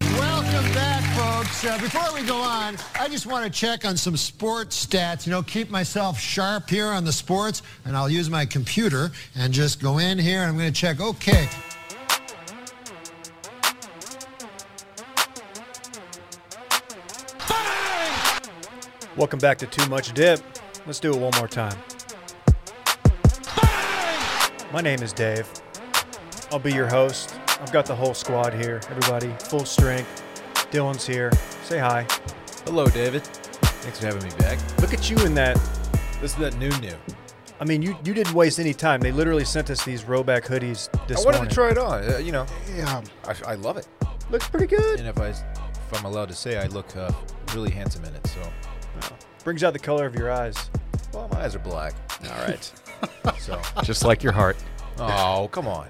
Welcome back, folks. Uh, before we go on, I just want to check on some sports stats. You know, keep myself sharp here on the sports, and I'll use my computer and just go in here and I'm going to check. Okay. Welcome back to Too Much Dip. Let's do it one more time. My name is Dave. I'll be your host. I've got the whole squad here, everybody, full strength. Dylan's here. Say hi. Hello, David. Thanks for having me back. Look at you in that. This is that new new. I mean, you, you didn't waste any time. They literally sent us these Roback hoodies this I wanted morning. to try it on. Uh, you know, Yeah. I, I love it. Looks pretty good. And if I, if I'm allowed to say, I look uh, really handsome in it. So, Brings out the color of your eyes. well, my eyes are black. All right. So, Just like your heart. oh, come on.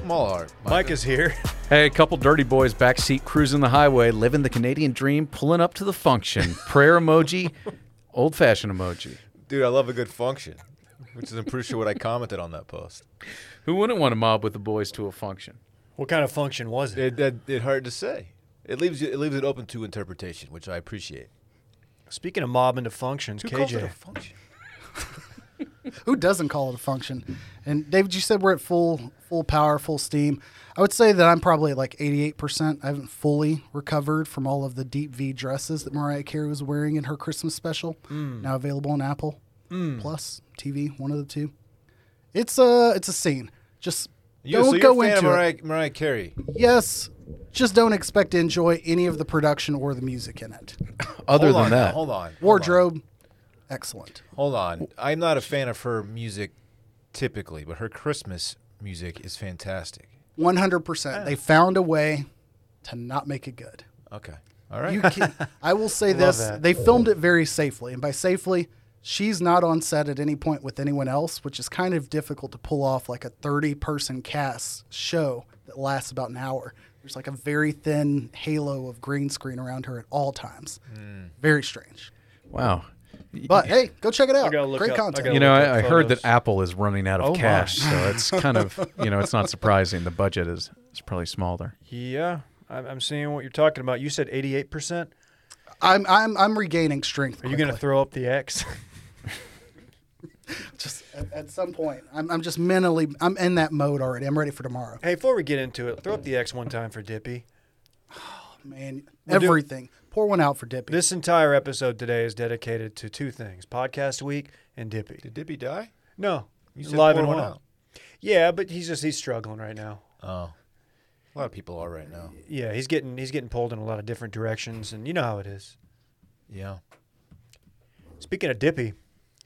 Small art. Mike is here. Hey, a couple dirty boys backseat cruising the highway, living the Canadian dream, pulling up to the function. Prayer emoji, old fashioned emoji. dude. I love a good function, which is I'm pretty sure what I commented on that post. Who wouldn't want to mob with the boys to a function? What kind of function was it? It, it, it hard to say. It leaves you- it leaves it open to interpretation, which I appreciate. Speaking of mob into functions, Who calls it a KJ. function? who doesn't call it a function? And David, you said we're at full full power, full steam. I would say that I'm probably at like 88%. I haven't fully recovered from all of the deep V dresses that Mariah Carey was wearing in her Christmas special. Mm. Now available on Apple Plus TV, one of the two. It's a it's a scene. Just You, don't so you're go a fan into of it. Mariah, Mariah Carey. Yes, just don't expect to enjoy any of the production or the music in it. Other hold than on, that, hold on. hold on. Wardrobe, excellent. Hold on. I'm not a fan of her music typically, but her Christmas music is fantastic. One hundred percent. They found a way to not make it good. Okay. All right. You can, I will say Love this: that. they filmed it very safely, and by safely, she's not on set at any point with anyone else, which is kind of difficult to pull off like a thirty-person cast show that lasts about an hour. There's like a very thin halo of green screen around her at all times. Hmm. Very strange. wow. But hey, go check it out. gotta look Great up- I content. gotta You know, look up I, I heard photos. that Apple is running out of Oh, my. cash, so it's kind of, you know, it's not surprising. The budget is, is probably smaller. Yeah, I'm, I'm seeing what you're talking about. You said 88%. I'm I'm I'm regaining strength. Are you going to quickly. throw up the X? just at, at some point? I'm I'm just mentally I'm in that mode already. I'm ready for tomorrow. hey, before we get into it, throw up the X one time for Dippy. Man, We'll do- everything. Pour one out for Dippy. This entire episode today is dedicated to two things podcast week and Dippy. Did Dippy die? No, You said live pour and one well. out. Yeah, but he's just he's struggling right now. Oh. A lot of people are right now. Yeah, he's getting he's getting pulled in a lot of different directions, and you know how it is. Yeah. Speaking of Dippy,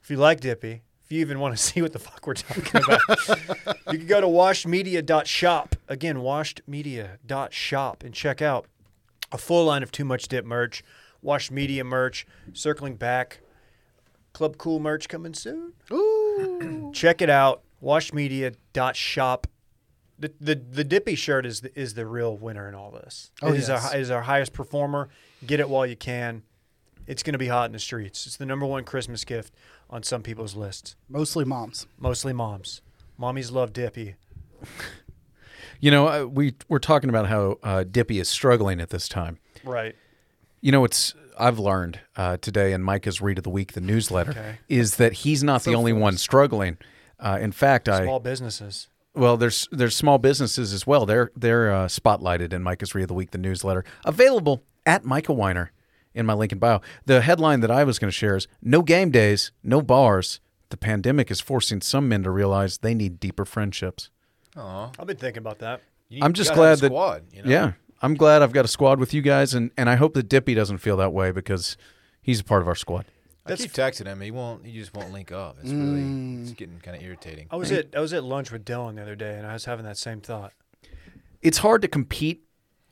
if you like Dippy, if you even want to see what the fuck we're talking about, you can go to washedmedia.shop. Again, washedmedia.shop and check out a full line of Too Much Dip merch, Washed Media merch, Circling Back, Club Cool merch coming soon. Ooh. check it out, washedmedia.shop. The, the, the Dippy shirt is the, is the real winner in all this. Oh, it is, yes. our, it is our highest performer. Get it while you can. It's going to be hot in the streets. It's the number one Christmas gift on some people's lists, Mostly moms. mostly moms. Mommies love Dippy. You know, uh, we we're talking about how uh, Dippy is struggling at this time. Right. You know, it's I've learned uh, today in Micah's read of the week, the newsletter, Okay. is that he's not the only one struggling. Uh, in fact, I Small businesses. well, there's there's small businesses as well. They're they're uh, spotlighted in Micah's read of the week, the newsletter, available at Micah Weiner in my link in bio. The headline that I was going to share is "No game days, no bars." The pandemic is forcing some men to realize they need deeper friendships. Aw. I've been thinking about that. You need- I'm you just gotta have glad a that squad, you know? yeah, I'm glad I've got a squad with you guys, and and I hope that Dippy doesn't feel that way because he's a part of our squad. I keep texting him. He won't he just won't link up. It's really Mm. it's getting kinda irritating. I was at I was at lunch with Dylan the other day, and I was having that same thought. It's hard to compete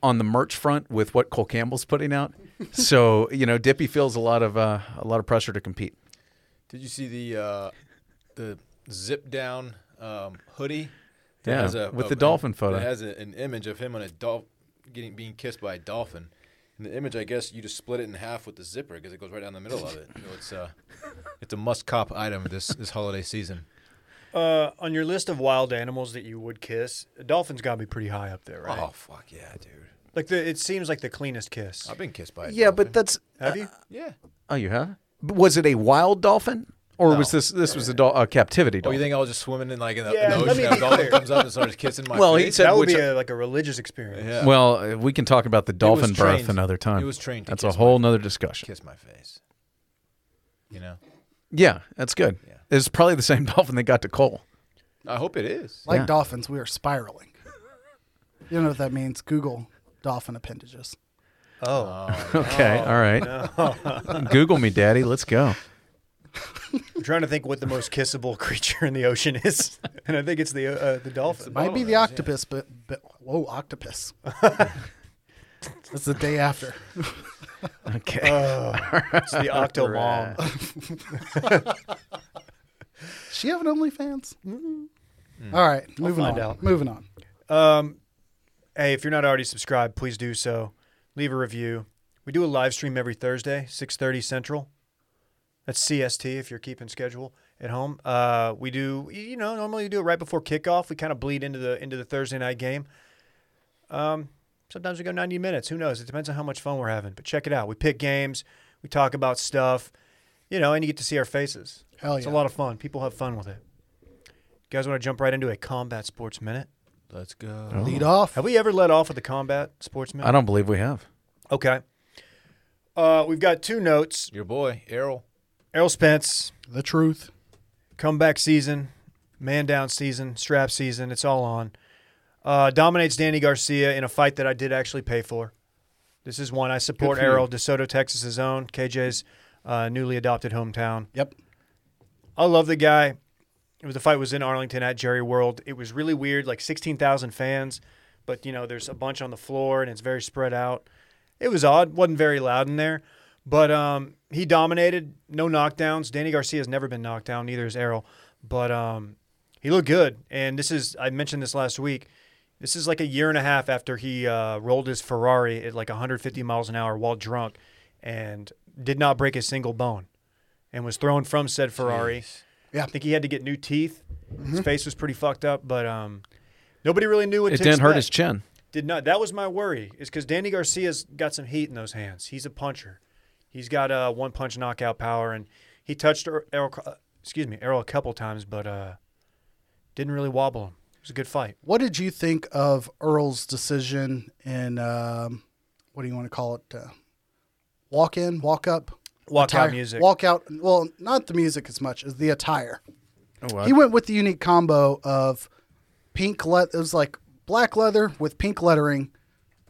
on the merch front with what Cole Campbell's putting out. so you know, Dippy feels a lot of uh, a lot of pressure to compete. Did you see the uh the zip down um, hoodie? that Yeah, has a- with a- the dolphin an- photo. It has a, an image of him on a dolphin getting being kissed by a dolphin. And the image, I guess, you just split it in half with the zipper because it goes right down the middle of it. So it's uh, it's a must cop item this this holiday season. Uh, on Uh-huh. your list of wild animals that you would kiss, a dolphin's got to be pretty high up there, right? Oh fuck yeah, dude! Like the, it seems like the cleanest kiss. I've been kissed by a Yeah, dolphin. but that's Have you? yeah. oh, you have. But was it a wild dolphin, or was No. this this was a, dol- a captivity Oh, dolphin? you think I was just swimming in like in the, Yeah, in the let me ocean? and be A dolphin clear. comes up and starts kissing my Well, he face. said- That would which be I- a, like a religious experience. Yeah. Well, uh, we can talk about the dolphin birth trained- another time. it was trained to That's kiss a whole nother discussion. kiss my face. You know, Yeah, that's good. It's probably the same dolphin that got to Cole. I hope it is. Like Yeah. dolphins, we are spiraling. you don't know what that means. Google dolphin appendages. Okay, all right. Google me, Daddy. Let's go. I'm trying to think what the most kissable creature in the ocean is, and I think it's the uh, the dolphin. Might be the octopus, but, but whoa, octopus. That's the day after. Okay. It's the octomom. She have an OnlyFans? All right, moving Mm-hmm. find on. out. Moving on. Hey, if you're not already subscribed, please do so. Leave a review. We do a live stream every Thursday, 6:30 Central. That's CST if you're keeping schedule at home. Uh, we do, y- you know, normally we do it right before kickoff. We kind of bleed into the into the Thursday night game. Um, sometimes we go 90 minutes. Who knows? It depends on how much fun we're having. But check it out. We pick games. We talk about stuff. You know, and you get to see our faces. Hell It's a yeah. lot of fun. People have fun with it. You guys want to jump right into a combat sports minute? Let's go. Oh. Lead off. Have we ever let off with a combat sports minute? I don't believe we have. Okay. Uh, we've got two notes. Your boy Errol. Errol Spence, The truth. comeback season, man down season, strap season. It's all on. Uh, dominates Danny Garcia in a fight that I did actually pay for. This is one I support. Good for you. Errol DeSoto, Texas's own KJ's uh, newly adopted hometown. Yep. I love the guy. It was the fight was in Arlington at Jerry World. It was really weird, like sixteen thousand fans, but you know there's a bunch on the floor and it's very spread out. It was odd. wasn't very loud in there, but um, he dominated. No knockdowns. Danny Garcia has never been knocked down. Neither has Errol, but um, he looked good. And this is I mentioned this last week. This is like a year and a half after he uh, rolled his Ferrari at like 150 miles an hour while drunk, and did not break a single bone, and was thrown from said Ferrari. Yeah. I think he had to get new teeth. His face was pretty fucked up, but um, nobody really knew what It to didn't hurt his expect. chin. Did not. That was my worry, is because Danny Garcia's got some heat in those hands. He's a puncher. He's got uh, one punch knockout power, and he touched Er- Errol, uh, excuse me, Errol a couple times, but uh, didn't really wobble him. It was a good fight. What did you think of Earl's decision in um, what do you want to call it? Uh, walk in, walk up, Walkout attire- music. walk out. Well, not the music as much as the attire. Oh, wow. He went with the unique combo of pink leather. It was like black leather with pink lettering,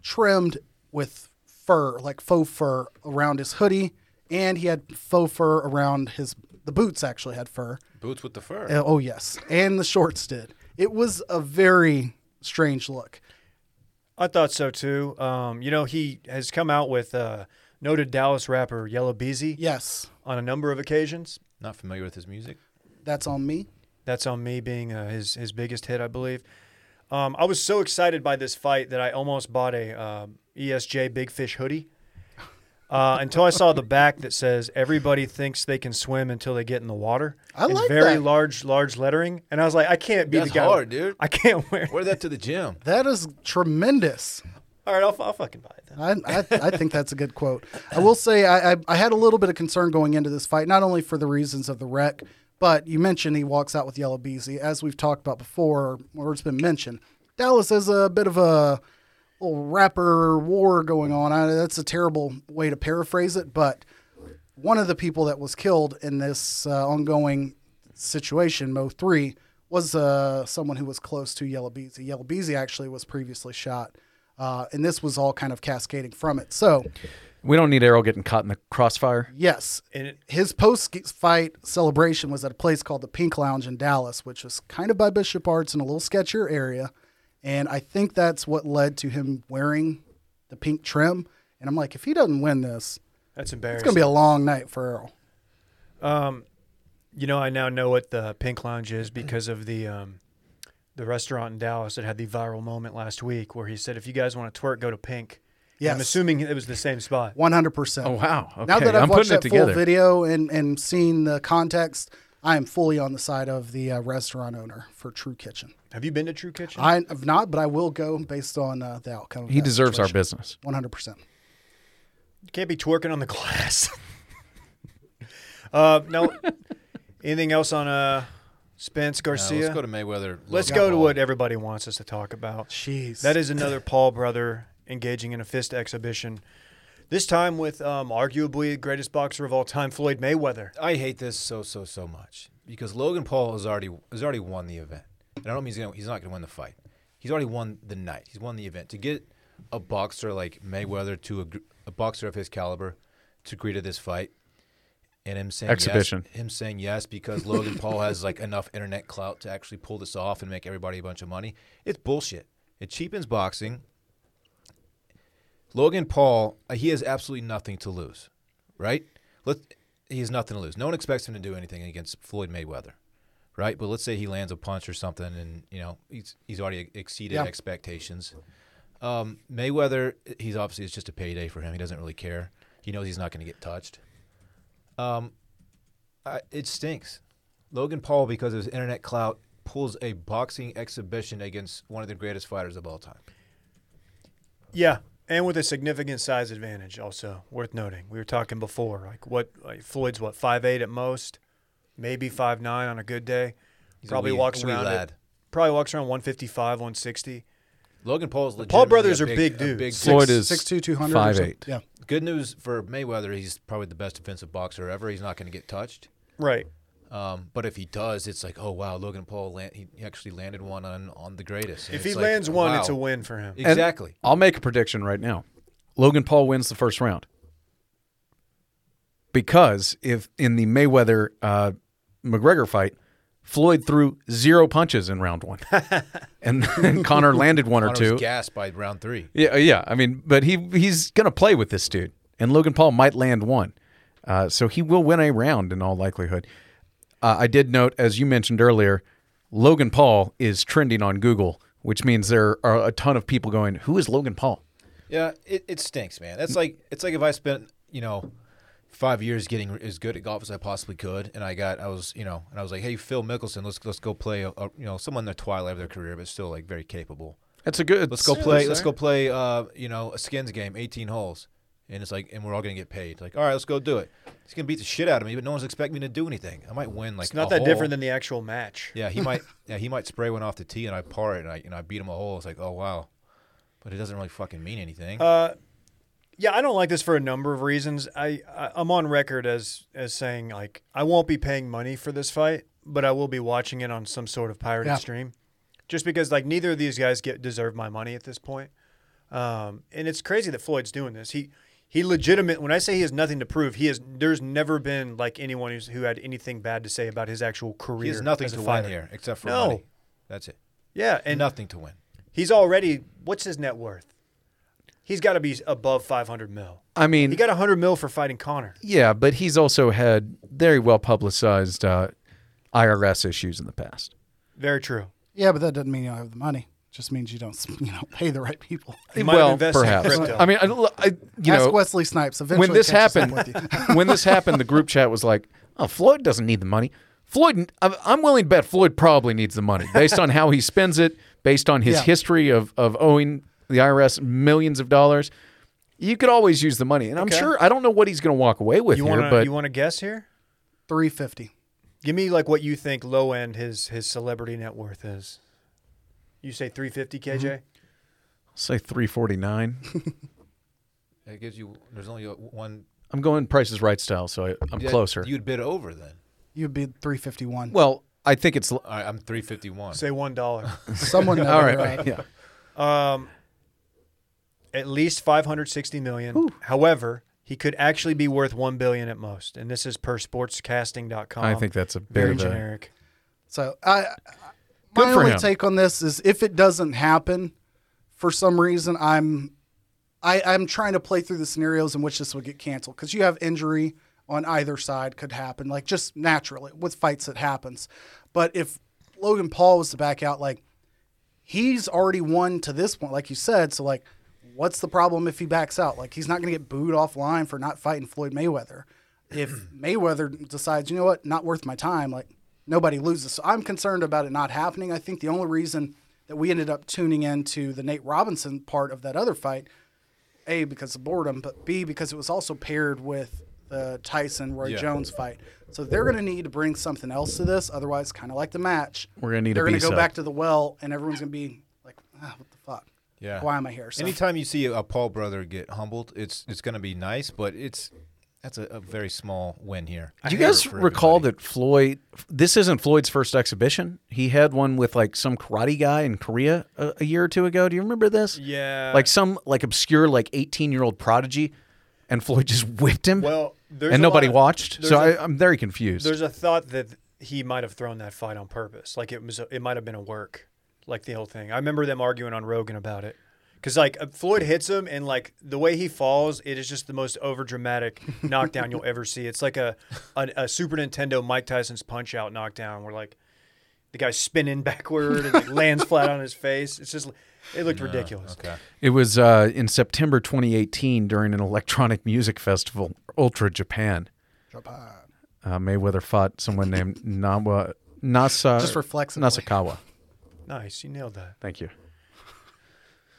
trimmed with fur, like faux fur around his hoodie, and he had faux fur around his. The boots actually had fur. Boots with the fur. Uh, Oh yes, and the shorts did. It was a very strange look. I thought so too. Um, you know, he has come out with uh, noted Dallas rapper Yellow Beezy Yes, on a number of occasions. Not familiar with his music. that's on me. That's on me being uh, his his biggest hit, I believe. Um, I was so excited by this fight that I almost bought a um, ESJ Big Fish hoodie. Uh, until I saw the back that says "Everybody thinks they can swim until they get in the water." I in like very that. large, large lettering, and I was like, "I can't be That's the guy." hard, dude. I can't wear. Wear that to the gym. That is tremendous. All right, I'll, I'll fucking buy it then. I, I, I think that's a good quote. I will say I, I, I had a little bit of concern going into this fight, not only for the reasons of the wreck, but you mentioned he walks out with Yellow Beezy. As we've talked about before, or it's been mentioned, Dallas has a bit of a little rapper war going on. I, that's a terrible way to paraphrase it, but one of the people that was killed in this uh, ongoing situation, Mo Three, was uh, someone who was close to Yellow Beezy. Yellow Beezy actually was previously shot, uh, and this was all kind of cascading from it. So, We don't need Errol getting caught in the crossfire. yes, And it- his post-fight celebration was at a place called the Pink Lounge in Dallas, which was kind of by Bishop Arts in a little sketchier area, and I think that's what led to him wearing the pink trim. And I'm like, if he doesn't win this, That's it's embarrassing. going to be a long night for Earl. You know, I now know what the Pink Lounge is because of the um, the restaurant in Dallas that had the viral moment last week, where he said, "If you guys want to twerk, go to Pink." Yeah, I'm Yes. assuming it was the same spot. One hundred percent. Oh, wow. Now Okay, that I've I'm watched putting it that full together. video and and seen the context, I am fully on the side of the uh, restaurant owner for True Kitchen. Have you been to True Kitchen? I have not, but I will go based on uh, the outcome. Of He deserves our business. one hundred percent. You can't be twerking on the glass. uh, no. Anything else on uh, Spence Uh, Garcia? let's go to Mayweather. Let's Logan go to Paul. what everybody wants us to talk about. Jeez. That is another Paul brother engaging in a fist exhibition. This time with um, arguably the greatest boxer of all time, Floyd Mayweather. I hate this so so so much because Logan Paul has already has already won the event. And I don't mean he's, gonna, he's not going to win the fight. He's already won the night. He's won the event. To get a boxer like Mayweather to a, gr- a boxer of his caliber to agree to this fight, and him saying yes- Exhibition. him saying yes because Logan Paul has like enough internet clout to actually pull this off and make everybody a bunch of money. It's bullshit. It cheapens boxing. Logan Paul, uh, he has absolutely nothing to lose, right? Let he has nothing to lose. No one expects him to do anything against Floyd Mayweather, right? But let's say he lands a punch or something, and you know he's he's already exceeded Yeah. expectations. Um, Mayweather, he's obviously it's just a payday for him. He doesn't really care. He knows he's not going to get touched. Um, I, it stinks. Logan Paul, because of his internet clout, pulls a boxing exhibition against one of the greatest fighters of all time. Yeah, and with a significant size advantage, also worth noting. We were talking before, like what like Floyd's what five eight at most, maybe five nine on a good day. He's a probably wee- walks a wee around. at- lad. probably walks around 155, 160. Logan Paul's legit. Paul brothers are big dudes. Big Floyd is six two two hundred. five eight. Yeah. Good news for Mayweather, he's probably the best defensive boxer ever. He's not going to get touched. Right. Um, but if he does, it's like, oh wow, Logan Paul land, he he actually landed one on, on the greatest. And If he it's like, lands one, wow. it's a win for him. And Exactly. I'll make a prediction right now. Logan Paul wins the first round because if in the Mayweather uh, McGregor fight, Floyd threw zero punches in round one, and then Connor landed one or Connor was two. gassed by round three. Yeah, uh, yeah. I mean, but he he's gonna play with this dude, and Logan Paul might land one, uh, so he will win a round in all likelihood. Uh, I did note, as you mentioned earlier, Logan Paul is trending on Google, which means there are a ton of people going, "Who is Logan Paul?" Yeah, it, it stinks, man. That's like it's like if I spent you know five years getting as good at golf as I possibly could, and I got I was you know and I was like, hey Phil Mickelson, let's let's go play a, a- you know someone in the twilight of their career, but still like very capable. That's a good. Let's go play. Let's go play. Uh, you know, a skins game, eighteen holes, and it's like, and we're all gonna get paid. Like, all right, let's go do it. He's gonna beat the shit out of me, but no one's expecting me to do anything. I might win. Like, It's not a that hole. different than the actual match. Yeah, he might. Yeah, he might spray one off the tee, and I par it, and I you know I beat him a hole. It's like, oh wow, but it doesn't really fucking mean anything. Uh, Yeah, I don't like this for a number of reasons. I, I I'm on record as as saying like I won't be paying money for this fight, but I will be watching it on some sort of pirated Yeah. stream, just because like neither of these guys get deserve my money at this point. Um, and it's crazy that Floyd's doing this. He he legitimate. When I say he has nothing to prove, he has. There's never been like anyone who's, who had anything bad to say about his actual career. He has nothing as a to win fighter. here except for No. money. That's it. Yeah, and Nothing to win. he's already. What's his net worth? He's got to be above 500 mil. I mean, He got 100 mil for fighting Connor. yeah, but he's also had very well publicized uh, IRS issues in the past. Very true. Yeah, but that doesn't mean you don't have the money. just means you don't you know pay the right people. He might well, have invested perhaps. in crypto. I mean, I, I, you Ask know, Wesley Snipes. Eventually, when this catches up happened, with you. when this happened, the group chat was like, "Oh, Floyd doesn't need the money. Floyd, I'm- I'm willing to bet Floyd probably needs the money based on how he spends it, based on his Yeah. history of of owing the IRS millions of dollars. You could always use the money, and I'm Okay. sure I don't know what he's going to walk away with you here, want to but you want to guess here? three fifty. Give me like what you think low end his his celebrity net worth is. You say 350 KJ? Mm-hmm. say 349. That gives you. There's only a- one. I'm going Price is Right style, so I, I'm yeah, closer. You'd bid over then. You'd be three fifty one. well, I think it's all All right, I'm 351. Say one dollar. Someone all right. right, Yeah, at least 560 million. However, he could actually be worth 1 billion at most, and this is per sportscasting.com. I think that's a bit very of a- generic. So I, I- Good my for only him. take on this is if it doesn't happen, for some reason I'm, I, I'm trying to play through the scenarios in which this would get canceled because you have injury on either side could happen like just naturally with fights it happens, but if Logan Paul was to back out like, he's already won to this point like you said so like what's the problem if he backs out like he's not going to get booed offline for not fighting Floyd Mayweather. if Mayweather decides, you know what, not worth my time, like nobody loses. So I'm concerned about it not happening. I think the only reason that we ended up tuning into the Nate Robinson part of that other fight, A, because of boredom, but B, because it was also paired with the Tyson Roy Yeah. Jones fight. So they're going to need to bring something else to this. Otherwise, kind of like the match, We're gonna need a they're gonna go B-side. back to the well, and everyone's going to be like, ah, what the fuck? Yeah. Why am I here? So Anytime you see a Paul brother get humbled, it's it's going to be nice, but it's that's a, a very small win here. Do you guys For recall everybody. that Floyd? This isn't Floyd's first exhibition. He had one with like some karate guy in Korea a, a year or two ago. Do you remember this? Yeah. like some like obscure like eighteen year old prodigy, and Floyd just whipped him. Well, there's and a nobody lot- watched. there's So a- i I, I'm very confused. There's a thought that he might have thrown that fight on purpose. Like it was, it might have been a work, like the whole thing. I remember them arguing on Rogan about it. Cause like uh, Floyd hits him and like the way he falls, it is just the most over dramatic knockdown you'll ever see. It's like a, a a Super Nintendo Mike Tyson's Punch Out knockdown where like the guy's spinning backward and like, lands flat on his face. It's just it looked ridiculous. Okay. It was uh, in September 2018 during an electronic music festival, Ultra Japan. Uh, Mayweather fought someone named Nawa Nasa. Just reflexively. Nasakawa. Nice, you nailed that. Thank you.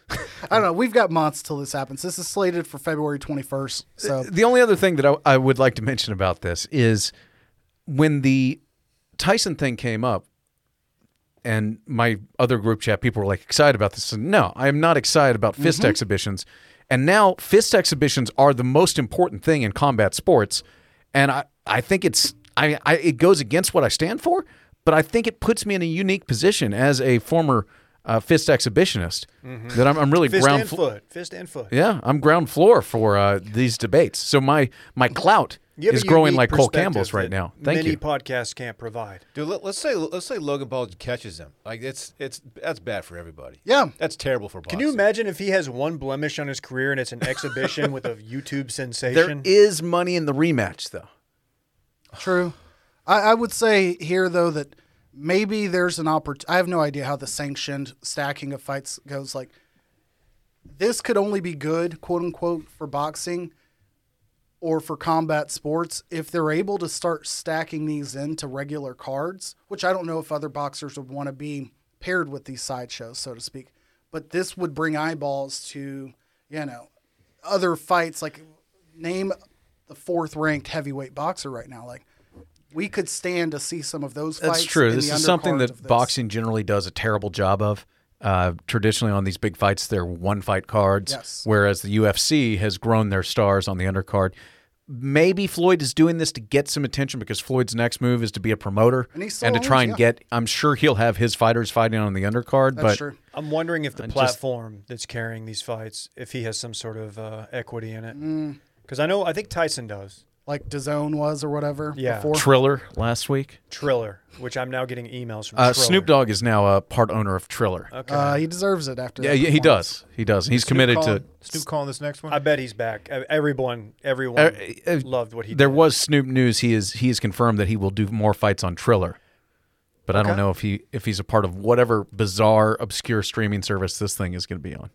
I don't know. We've got months till this happens. This is slated for February 21st. So Uh, The only other thing that I, I would like to mention about this is when the Tyson thing came up, and my other group chat people were like excited about this. And no, I am not excited about fist Mm-hmm. exhibitions. And now fist exhibitions are the most important thing in combat sports. And I, I think it's I, I it goes against what I stand for, but I think it puts me in a unique position as a former uh, fist exhibitionist that I'm, I'm really Mm-hmm. Fist ground and fl- foot. Fist and foot. yeah, I'm ground floor for uh, these debates. So my my clout You have is a growing unique like Cole perspective Campbell's right that now. Thank many you. podcasts can't provide. Dude, let, us say let's say Logan Paul catches him. Like it's it's that's bad for everybody. Yeah. that's terrible for boxing. Can you imagine if he has one blemish on his career and it's an exhibition with a YouTube There sensation? is money in the rematch, though. true. I, I would say here though that maybe there's an opportunity. I have no idea how the sanctioned stacking of fights goes. Like this could only be good, quote unquote, for boxing or for combat sports if they're able to start stacking these into regular cards, which I don't know if other boxers would want to be paired with these sideshows, so to speak. But this would bring eyeballs to, you know, other fights. Like, name the fourth ranked heavyweight boxer right now. Like, we could stand to see some of those fights. That's true. in This the is something undercard of that this. boxing generally does a terrible job of. Uh, traditionally, on these big fights, they're one fight cards, Yes. whereas the UFC has grown their stars on the undercard. Maybe Floyd is doing this to get some attention because Floyd's next move is to be a promoter And he and, still to try and owns, get. I'm sure he'll have his fighters fighting on the undercard, That's but true. I'm wondering if the platform that's carrying these fights, if he has some sort of uh, equity in Mm. it. Because I know, I think Tyson does. Like DAZN was or whatever. Yeah. Before. Triller last week. Triller, which I'm now getting emails from. Uh, Triller. Snoop Dogg is now a part owner of Triller. Okay. Uh, he deserves it after. yeah, that yeah, he performance. does. He does. He's committed to. Snoop calling this next one? I bet he's back. E- Everyone, everyone uh, loved what he There did. was Snoop news. He is. He has confirmed that he will do more fights on Triller, but I don't know if he if he's a part of whatever bizarre, obscure streaming service this thing is going to be on.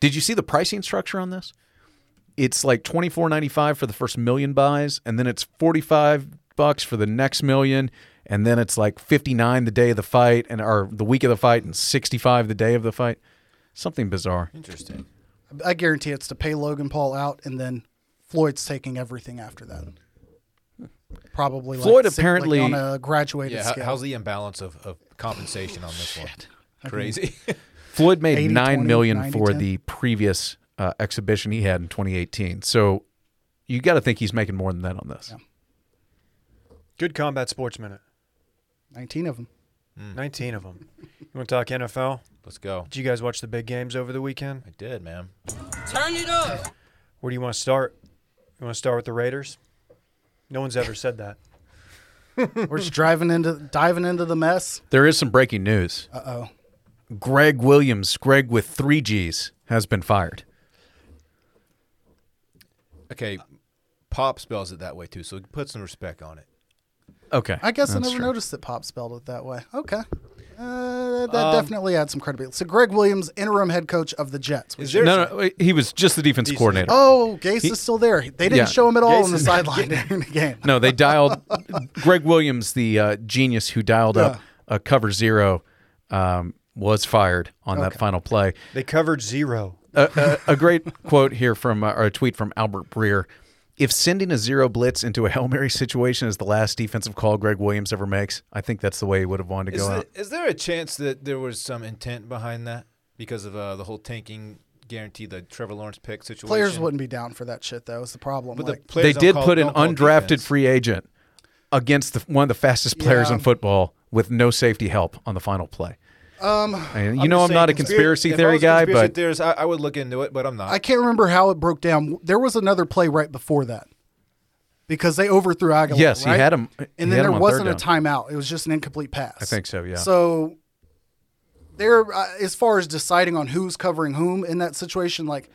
Did you see the pricing structure on this? It's like twenty four ninety five for the first million buys, and then it's forty five bucks for the next million, and then it's like fifty nine the day of the fight, and or the week of the fight, and sixty five the day of the fight. Something bizarre. Interesting. I guarantee it's to pay Logan Paul out, and then Floyd's taking everything after that. Probably like Floyd six- like apparently- on a graduated Yeah, how, scale. how's the imbalance of, of compensation on this one? Crazy. Floyd made 80, nine 20, million 90, for 10. the previous uh, exhibition he had in 2018. So you got to think he's making more than that on this. Good combat sports minute. Nineteen of them. Mm. 19 of them. You want to talk NFL? Let's go. Did you guys watch the big games over the weekend? I did, man. Turn it up. Where do you want to start? You want to start with the Raiders? No one's ever said that. We're just driving into diving into the mess. There is some breaking news. Uh oh. Greg Williams, Greg with three G's, has been fired. Okay, Pop spells it that way too, so put some respect on it. Okay. I guess I that's never true. noticed that Pop spelled it that way. Okay, Uh, that definitely adds some credibility. So Greg Williams, interim head coach of the Jets. Is Which, there no, no, he was just the defense coordinator. oh, Gase is still there. They didn't Yeah. show him at all Gase on the is not sideline during the game. No, they dialed Greg Williams, the uh, genius who dialed up a cover zero, um, was fired on that final play. They covered zero. a, a a great quote here from uh, or a tweet from Albert Breer. If sending a zero blitz into a Hail Mary situation is the last defensive call Greg Williams ever makes, I think that's the way he would have wanted to Is, go the- out. is there a chance that there was some intent behind that because of uh, the whole tanking guarantee, the Trevor Lawrence pick situation? Players wouldn't be down for that shit though. Is the problem? But like, the players They don't did call- put an don't call undrafted defense. free agent against the, one of the fastest players Yeah. in football with no safety help on the final play. Um, you know, just I'm not a saying, conspiracy if I theory was a guy, conspiracy but theorist, I, I would look into it, but I'm not. I can't remember how it broke down. There was another play right before that because they overthrew Aguilar. Yes, he right? had him- he and then had there him on wasn't a third timeout. It was just an incomplete pass. I think so, yeah. So there, uh, as far as deciding on who's covering whom in that situation, like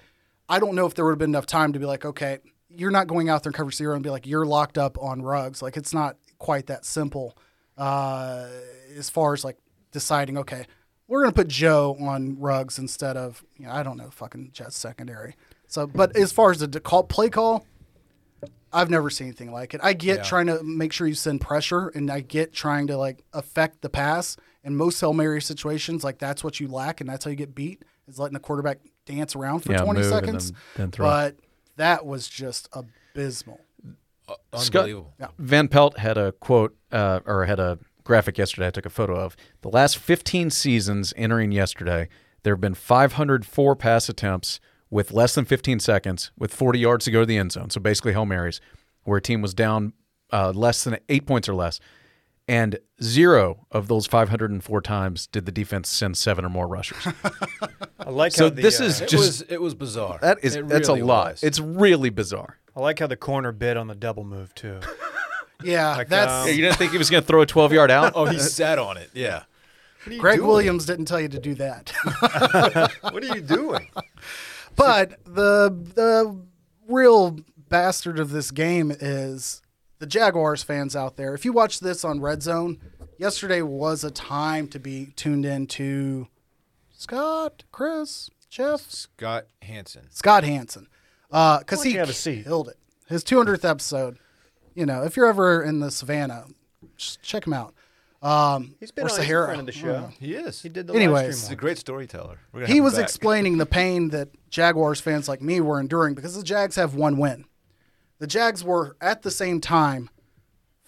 I don't know if there would have been enough time to be like, okay, you're not going out there and cover zero and be like you're locked up on rugs. Like it's not quite that simple. Uh, as far as like deciding, okay, we're gonna put Joe on rugs instead of you know, I don't know fucking Jets secondary. So, but as far as the de- call, play call, I've never seen anything like it. I get trying to make sure you send pressure, and I get trying to like affect the pass. In most Hail Mary situations, like that's what you lack, and that's how you get beat is letting the quarterback dance around for Yeah, 20 move and seconds. then- then throw. But that was just abysmal. Unbelievable. Yeah. Van Pelt had a quote uh, or had a graphic yesterday I took a photo of. The last 15 seasons entering yesterday, there have been 504 pass attempts with less than 15 seconds, with 40 yards to go to the end zone. So basically, Hail Marys, where a team was down uh, less than eight points or less. And zero of those 504 times did the defense send seven or more rushers. I like So how the, this uh, is It just was it was bizarre. that is It that's a really lot. was. It's really bizarre. I like how the corner bid on the double move too. Yeah, um, that's You didn't think he was going to throw a 12 yard out? oh, he sat on it. Yeah. Greg Williams didn't tell you to do that. what are you doing? But the the real bastard of this game is the Jaguars fans out there. If you watch this on Red Zone, yesterday was a time to be tuned in to Scott, Chris, Jeff, Scott Hansen. Scott Hansen, because Why don't he you have a seat? killed it. His 200th episode. You know, if you're ever in the Savannah, just check him out. Um, He's been on or he's a Sahara. friend of the show. He is. He did the Anyways. live He's stream. a great storyteller. We're gonna have he him was back. explaining the pain that Jaguars fans like me were enduring because the Jags have one win. The Jags were at the same time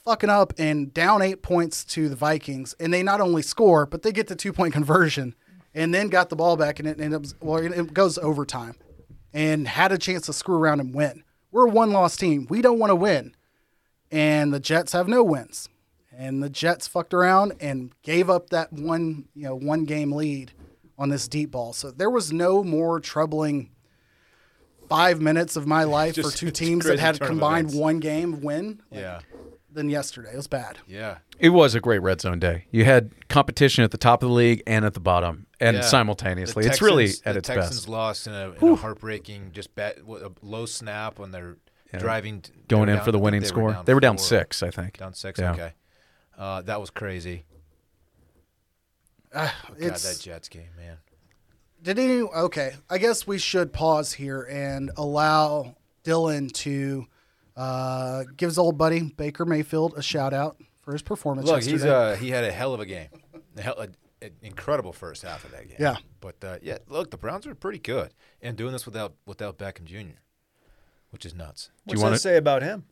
fucking up and down eight points to the Vikings, and they not only score but they get the two point conversion, and then got the ball back and it ends up well it goes overtime, and had a chance to screw around and win. We're a one loss team. We don't want to win, and the Jets have no wins, and the Jets fucked around and gave up that one you know one game lead on this deep ball. So there was no more troubling five minutes of my life for Just- two it's teams that crazy had turn of combined events. one game win. like, Yeah. than yesterday. It was bad. Yeah. It was a great red zone day. You had competition at the top of the league and at the bottom, and Yeah. simultaneously. The it's really Texans- at the its Texans best. lost in a, in a heartbreaking, just bat, what, a low snap when they're driving, t- they Going were in down- for I the think winning they score. they were down four. six, I think. Down six. Yeah. Okay. Uh, that was crazy. Oh, God, that It's Jets game, man. did any okay. I guess we should pause here and allow Dylan to uh, give his old buddy Baker Mayfield a shout out for his performance. Look, yesterday. he's uh, he had a hell of a game, a hell, a, an incredible first half of that game. Yeah. but uh, yeah, look, the Browns are pretty good, and doing this without without Beckham Jr., which is nuts. What's want that it? say about him?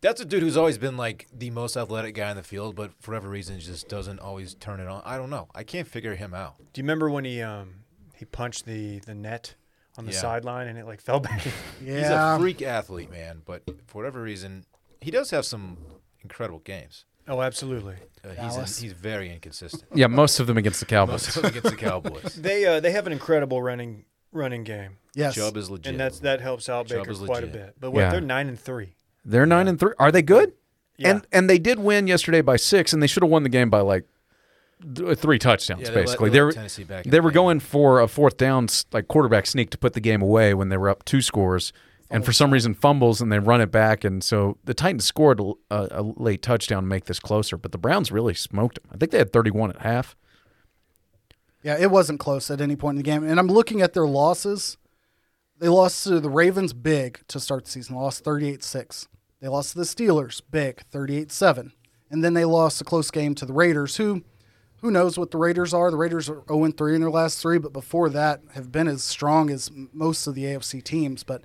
That's a dude who's always been like the most athletic guy in the field, but for whatever reason, just doesn't always turn it on. I don't know. I can't figure him out. Do you remember when he um he punched the the net on the Yeah. sideline and it like fell back? He's yeah, a freak athlete, man. But for whatever reason, he does have some incredible games. oh, absolutely. Uh, he's he's very inconsistent. Yeah, most of them against the Cowboys. Most of them against the Cowboys. They uh, they have an incredible running running game, yes. Chubb is legit. and that's that helps out Chubb Baker is quite a legit. bit. But what Yeah. they're nine and three. They're nine and three. Are they good? Yeah. And and they did win yesterday by six, and they should have won the game by like th- uh, three touchdowns. Yeah, they let- basically, they let were- Tennessee back in they the were game. going for a fourth down s- like quarterback sneak to put the game away when they were up two scores, and for some reason fumbles and they run it back. And so the Titans scored a, a a late touchdown to make this closer, but the Browns really smoked them. I think they had 31 at half. Yeah, it wasn't close at any point in the game. And I'm looking at their losses. They lost to the Ravens big to start the season, lost 38 6. They lost to the Steelers big, 38 7. And then they lost a close game to the Raiders, who who knows what the Raiders are. The Raiders are 0 3 in their last three, but before that have been as strong as m- most of the AFC teams. But,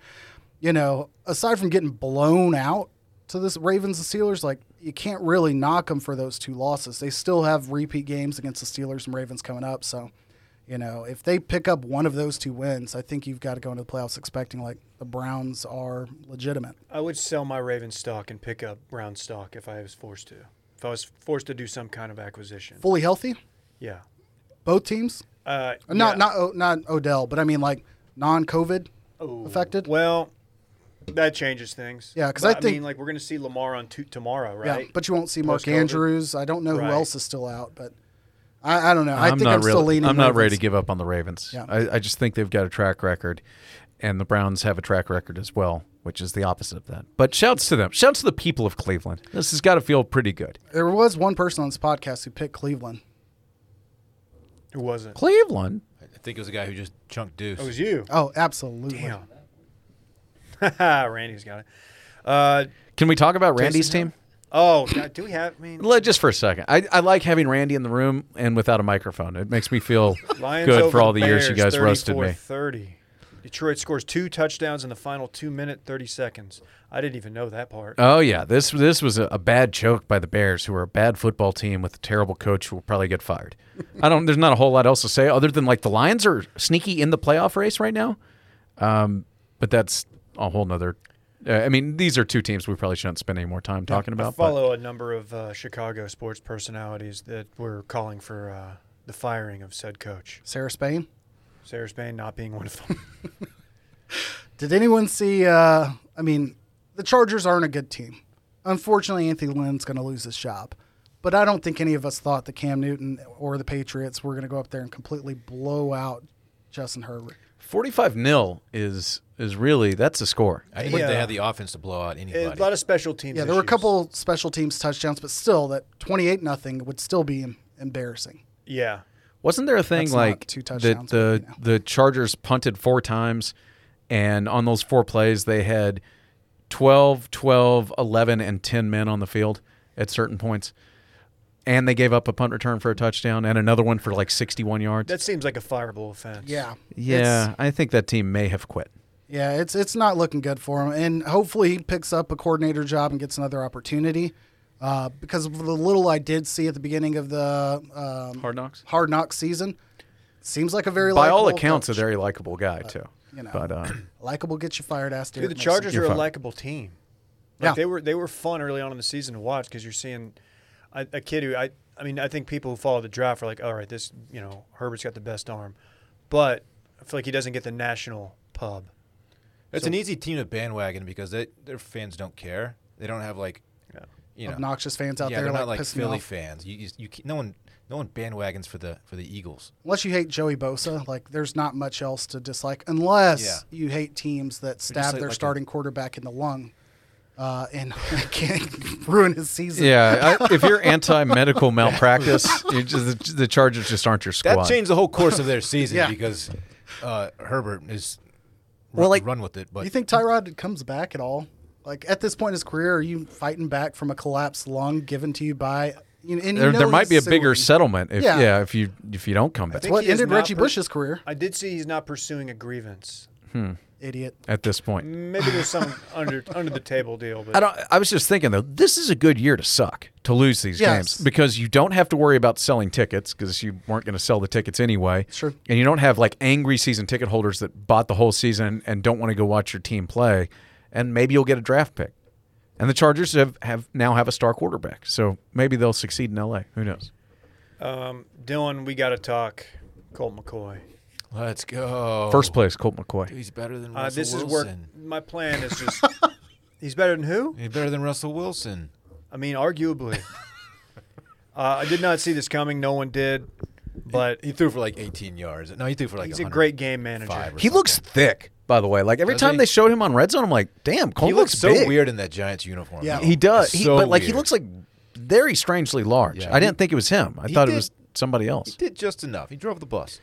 you know, aside from getting blown out to this Ravens and Steelers, like you can't really knock them for those two losses. They still have repeat games against the Steelers and Ravens coming up. So, you know, if they pick up one of those two wins, I think you've got to go into the playoffs expecting like the Browns are legitimate. I would sell my Raven stock and pick up Brown stock if I was forced to. If I was forced to do some kind of acquisition. Fully healthy, Yeah. both teams. Uh, Not yeah. not O- not Odell, but I mean like non-COVID affected. Well, that changes things. Yeah, 'cause But, I I mean, think- like we're gonna see Lamar on tu- tomorrow, Yeah, right? but you won't see Mark Post-COVID. Andrews. I don't know Right. who else is still out, but I, I don't know. I I'm think not I'm really, still leaning. I'm not ready Ravens. to give up on the Ravens. Yeah. I, I just think they've got a track record, and the Browns have a track record as well, which is the opposite of that. But shouts to them. Shouts to the people of Cleveland. This has got to feel pretty good. There was one person on this podcast who picked Cleveland. Who wasn't? Cleveland. I think it was a guy who just chunked deuce. It was you. Oh, absolutely. Damn. Randy's got it. Uh, Can we talk about Randy's team? oh, God, do we have? I mean, Let- Just for a second, I, I like having Randy in the room and without a microphone. It makes me feel Lions good over for all the years you Bears, guys roasted me. 34-30. Detroit scores two touchdowns in the final two minute thirty seconds. I didn't even know that part. Oh yeah, this this was a, a bad joke by the Bears, who are a bad football team with a terrible coach who will probably get fired. I don't. There's not a whole lot else to say other than like the Lions are sneaky in the playoff race right now, um, but that's a whole nother. Uh, I mean, these are two teams we probably shouldn't spend any more time talking I about. but- follow a number of uh, Chicago sports personalities that were calling for uh, the firing of said coach. Sarah Spain. Sarah Spain not being one of them. Did anyone see? Uh, I mean, the Chargers aren't a good team. Unfortunately, Anthony Lynn's going to lose his job. But I don't think any of us thought that Cam Newton or the Patriots were going to go up there and completely blow out Justin Herbert. 45 nil is is really that's a score. I didn't think Yeah. they had the offense to blow out anybody. a lot of special teams. Yeah, there were a issues. couple special teams touchdowns, but still, that twenty-eight nothing would still be em- embarrassing. Yeah. Wasn't there a thing That's not like two that touchdowns, the but, the Chargers punted four times and on those four plays they had 12, 12, 11 and 10 men on the field at certain points. And they gave up a punt return for a touchdown and another one for like 61 yards. That seems like a fireable offense. Yeah, yeah, I think that team may have quit. Yeah, it's it's not looking good for him, and hopefully he picks up a coordinator job and gets another opportunity. Uh, because of the little I did see at the beginning of the um, Hard Knocks? hard knock season, seems like a very By all likable accounts coach. a very likable guy too. you know. But uh, likable get you fired ass dude. Dude, the Chargers You're are a fine. likable team. Like, Yeah. they were they were fun early on in the season to watch because you're seeing a, a kid who I I mean I think people who follow the draft are like, all right, this you know Herbert's got the best arm, but I feel like he doesn't get the national pub. it's an easy team to bandwagon because they, their fans don't care. They don't have like, Yeah. you know, obnoxious fans out yeah, there they're like, not like pissing me Philly off. fans. You, you, you, no one, no one bandwagons for the for the Eagles. Unless you hate Joey Bosa, like there's not much else to dislike. Unless Yeah. you hate teams that like- stab their like a- starting quarterback in the lung, uh, and can't ruin his season. yeah, I, if you're anti-medical malpractice, you just, the, the Chargers just aren't your That squad. changed the whole course of their season Yeah. because uh, Herbert is Well, run, like- run with it. But Do you think Tyrod comes back at all? Like at this point in his career, are you fighting back from a collapsed lung given to you by? You know, and you there, know there might he's be a bigger suing. settlement if yeah. Yeah. if you if you don't come back think What he is ended not Reggie per- Bush's career? I did see he's not pursuing a grievance. Idiot. at this Mm. point. Maybe there's some under under the table deal, but I don't. I was just thinking though, this is a good year to suck to lose these Yes. games because you don't have to worry about selling tickets because you weren't going to sell the tickets anyway. Sure. And you don't have like angry season ticket holders that bought the whole season and don't want to go watch your team play, and maybe you'll get a draft pick. And the Chargers have, have now have a star quarterback, so maybe they'll succeed in L.A. Who knows? um, Dylan, we got to talk. Colt McCoy. let's go First place, Colt McCoy. He's better than Uh, Russell this is Wilson. work. My plan is just he's better than who? He's better than Russell Wilson. I mean, arguably. uh, I did not see this coming. No one did. But He threw for like 18 yards. No, he threw for like. he's a great game manager. 105 or He looks thick. by the way. Like every Does time he? they showed him on Red Zone, I'm like, damn, Cole He looks so big. weird in that Giants uniform. Yeah. though. He does, he, So but like he weird. looks like very strangely large. Yeah. I didn't think it was him. I He thought it did- was somebody He else. did just enough. He drove the bus.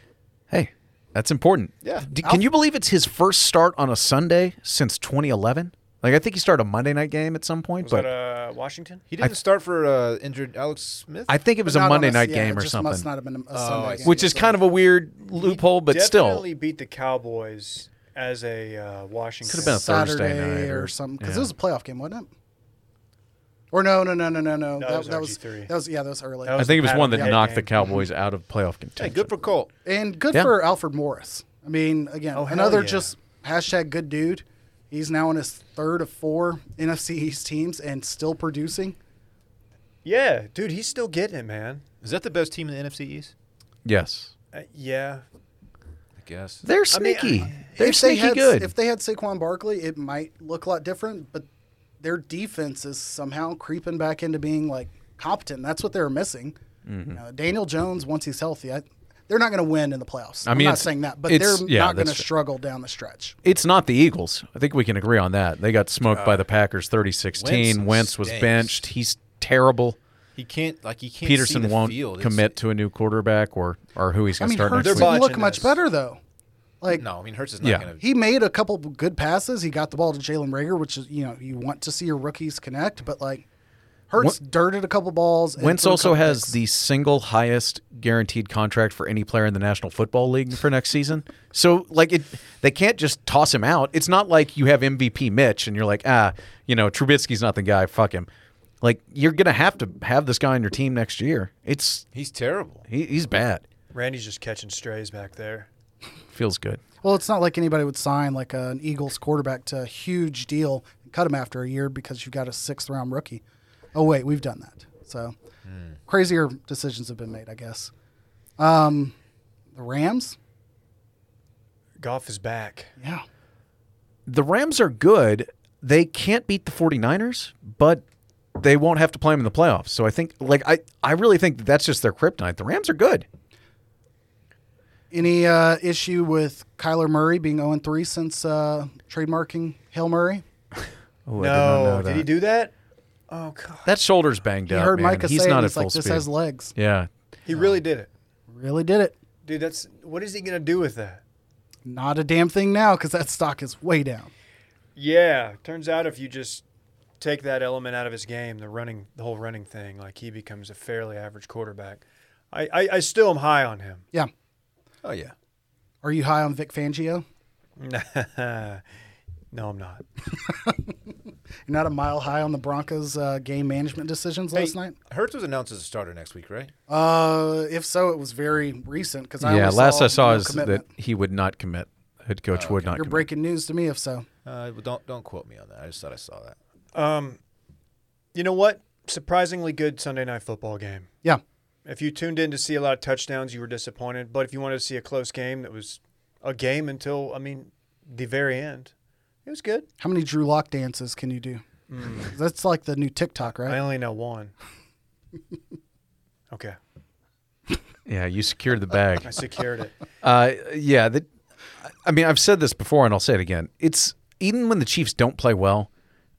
Hey, that's important. Yeah. D- can you believe it's his first start on a Sunday since 2011? Like I think he started a Monday night game at some point, Was but that uh, Washington? He didn't start for uh, injured Alex Smith. I think it was a Not on Monday us, night yeah, game it or just something, Oh, Must not have been a, a Sunday I game. see. which is kind of a weird loophole, but still. definitely beat the Cowboys as a uh, Washington. Could have been a Thursday Saturday night or, or- something because yeah. it was a playoff game, wasn't it? Or no, no, no, no, no, no. it that, was that was RG3. that was yeah, that was early. That I think it was Pat one that Mahomes knocked game. the Cowboys out of playoff hey, contention. good for Colt. and good Yeah. for Alfred Morris. I mean, again, Oh, hell another yeah. just hashtag good dude. He's now in his third of four NFC East teams and still producing. Yeah, dude, he's still getting it, man. Is that the best team in the NFC East? Yes, Uh, yeah, I guess. they're I mean, sneaky. I- they're if they sneaky had good. if they had Saquon Barkley, it might look a lot different, but their defense is somehow creeping back into being like competent. That's what they're missing. Mm-hmm. You know, Daniel Jones, once he's healthy, I, they're not going to win in the playoffs. I mean, I'm not it's- saying that, but it's- they're yeah, not going to that's fair. struggle down the stretch. It's not the Eagles. I think we can agree on that. They got smoked by the Packers 30-16. Wentz, Uh, Wentz was stinks. benched. He's terrible. He can't like he can't. see Peterson the won't field. It's- commit to a new quarterback or or who he's I going to mean, start Hurts next week. didn't They're look botching much this. better though. Like No, I mean Hurts is not Yeah. going to. he made a couple good passes. He got the ball to Jalen Rager, which is you know you want to see your rookies connect, but like Hurts dirted a couple balls. and Wentz threw a also couple has picks. the single highest guaranteed contract for any player in the National Football League for next season. So like it, they can't just toss him out. It's not like you have MVP Mitch and you're like ah, you know Trubisky's not the guy. Fuck him. Like you're gonna have to have this guy on your team next year. It's He's terrible. he, he's bad. Randy's just catching strays back there. Feels good. Well, it's not like anybody would sign like an Eagles quarterback to a huge deal and cut him after a year because you've got a sixth round rookie. Oh wait, we've done that. So Hmm. crazier decisions have been made, I guess. Um, the Rams, Goff is back. yeah, the Rams are good. They can't beat the 49ers, but they won't have to play them in the playoffs. So I think, like, I, I really think that that's just their kryptonite. The Rams are good. Any uh, issue with Kyler Murray being 0 3 since uh, trademarking Hail Murray? Oh, no, did he do that? Oh god, That shoulder's banged You up. heard man. Micah he's say it, not and at he's full like, this speed. has legs. yeah. he really did it, Really did it. dude. That's what is he gonna do with that? Not a damn thing now because that stock is way down. Yeah, turns out if you just take that element out of his game, the running, the whole running thing, like he becomes a fairly average quarterback. I, I, I still am high on him. Yeah. Oh yeah. Are you high on Vic Fangio? no, I'm not. You're not a mile high on the Broncos' uh, game management decisions last night? Hurts was announced as a starter next week, right? Uh, if so, it was very recent because I yeah. only Last I saw no is commitment. Oh, that he would not commit. Head coach would not You're commit. breaking news to me if so. Uh, well, don't don't quote me on that. I just thought I saw that. Um, you know what? Surprisingly good Sunday night football game. Yeah. If you tuned in to see a lot of touchdowns, you were disappointed. But if you wanted to see a close game that was a game until, I mean, the very end, it was good. How many Drew Lock dances can you do? That's like the new TikTok, right? I only know one. okay, yeah, you secured the bag. I secured it. Uh, yeah, that. I mean, I've said this before, and I'll say it again. It's even when the Chiefs don't play well,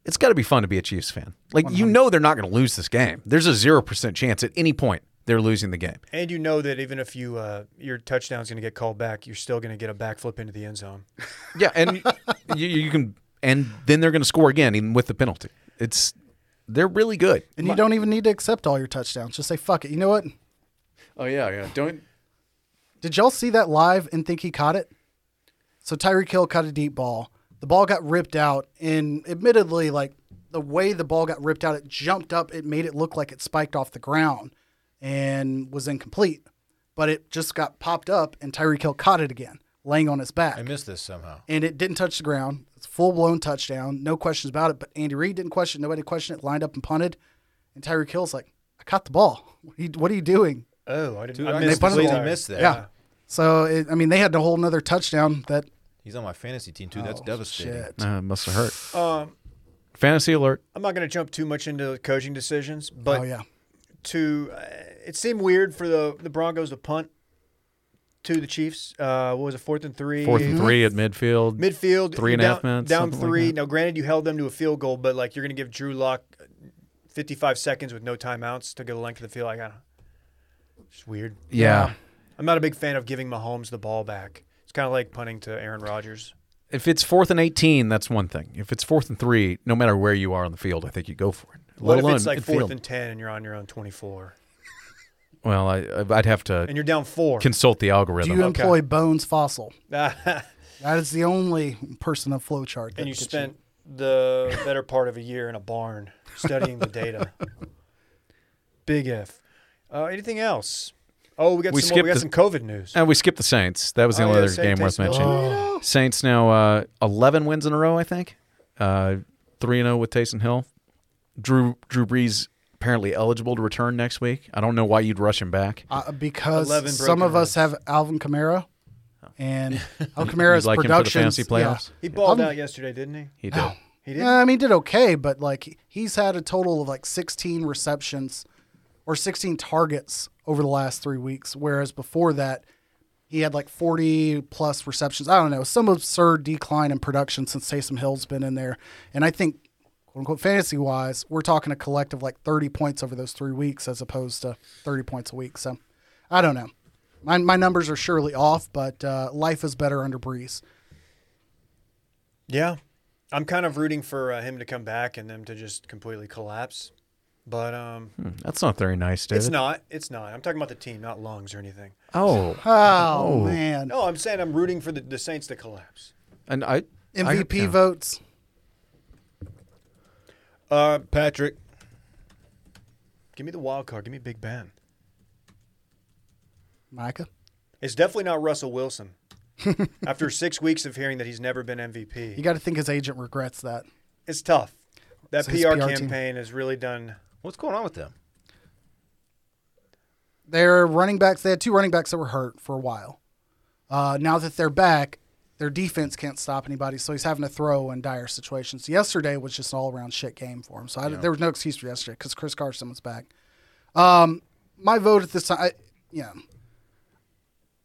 it's got to be fun to be a Chiefs fan. Like you know, they're not going to lose this game. There's a zero percent chance at any point they're losing the game. And you know that even if you uh, your touchdown's going to get called back, you're still going to get a backflip into the end zone. Yeah, and you, you can, and then they're going to score again, even with the penalty. It's they're really good. And you don't even need to accept all your touchdowns. Just say, fuck it. You know what? Oh yeah, yeah. Don't. Did y'all see that live and think he caught it? So Tyreek Hill caught a deep ball. The ball got ripped out, and admittedly, like the way the ball got ripped out, it jumped up. It made it look like it spiked off the ground and was incomplete, but it just got popped up, and Tyreek Hill caught it again, laying on his back. I missed this somehow. and it didn't touch the ground. It's full blown touchdown, no questions about it. But Andy Reid didn't question. it. Nobody questioned it. Lined up and punted, and Tyreek Hill's like, "I caught the ball. What are you, what are you doing?" Oh, I didn't. Dude, I, they missed, punted the completely ball. missed that. Yeah. So it, I mean, they had a whole another touchdown that He's on my fantasy team too. That's Oh, devastating. shit. Uh, must have hurt. Um, Fantasy alert. I'm not going to jump too much into coaching decisions, but oh yeah, to uh, it seemed weird for the the Broncos to punt to the Chiefs. Uh, what was it, fourth and three? Fourth and three at midfield. Midfield. Three and a down, half minutes, Down something like three. that. now, granted, you held them to a field goal, but like you're going to give Drew Lock 55 seconds with no timeouts to go the length of the field. Like, I don't It's weird. Yeah. I'm not a big fan of giving Mahomes the ball back. It's kind of like punting to Aaron Rodgers. If it's fourth and 18, that's one thing. If it's fourth and three, no matter where you are on the field, I think you go for it. What Let if alone it's like fourth midfield. and 10 and you're on your own 24 Well, I, I'd have to and you're down four? consult the Do algorithm. you employ Bones Fossil? and That is the only person of flowchart. that you gets spent the better part of a year in a barn studying the data. Big F. Uh, anything else? Oh, we got, We some, more, we skipped Um, got the- some COVID news. and we skipped the Saints. That was the Oh, only yeah, other Saints Oh. game worth takes- mentioning. Saints now uh, 11 wins in a row, I think. Uh, 3 0 with Taysom Hill. Drew Drew Brees apparently eligible to return next week. I don't know why you'd rush him back. Uh, 11 because some broken of us have Alvin Kamara, and Alvin Kamara's You'd like him for the production. fantasy playoffs? He balled I'm- out yesterday, didn't he? He did. He Yeah. did. I mean, Um, he did okay, but like he's had a total of like 16 receptions or 16 targets over the last three weeks, whereas before that he had like 40 plus receptions. I don't know, some absurd decline in production since Taysom Hill's been in there, and I think. "Quote unquote," fantasy wise, we're talking a collective like 30 points over those three weeks as opposed to 30 points a week. So I don't know. My, my numbers are surely off, but uh, life is better under Breeze. Yeah. I'm kind of rooting for uh, him to come back and them to just completely collapse. But um, That's not very nice, David. it's not. It's not. I'm talking about the team, not lungs or anything. Oh, Oh, man. No, I'm saying I'm rooting for the, the Saints to collapse. and I MVP I, yeah. votes. Uh, Patrick. give me the wild card. Give me Big Ben. Micah. It's definitely not Russell Wilson. After six weeks of hearing that he's never been You MVP, got to think his agent regrets that. it's tough. That So his PR, PR team. campaign has really done. What's going on with them? Their running backs, they had two running backs that were hurt for a while. Uh, now that they're back, their defense can't stop anybody, so he's having to throw in dire situations. Yesterday was just an all around shit game for him, so I, there was no excuse for yesterday because Chris Carson was back. Um, my vote at this time, I, yeah,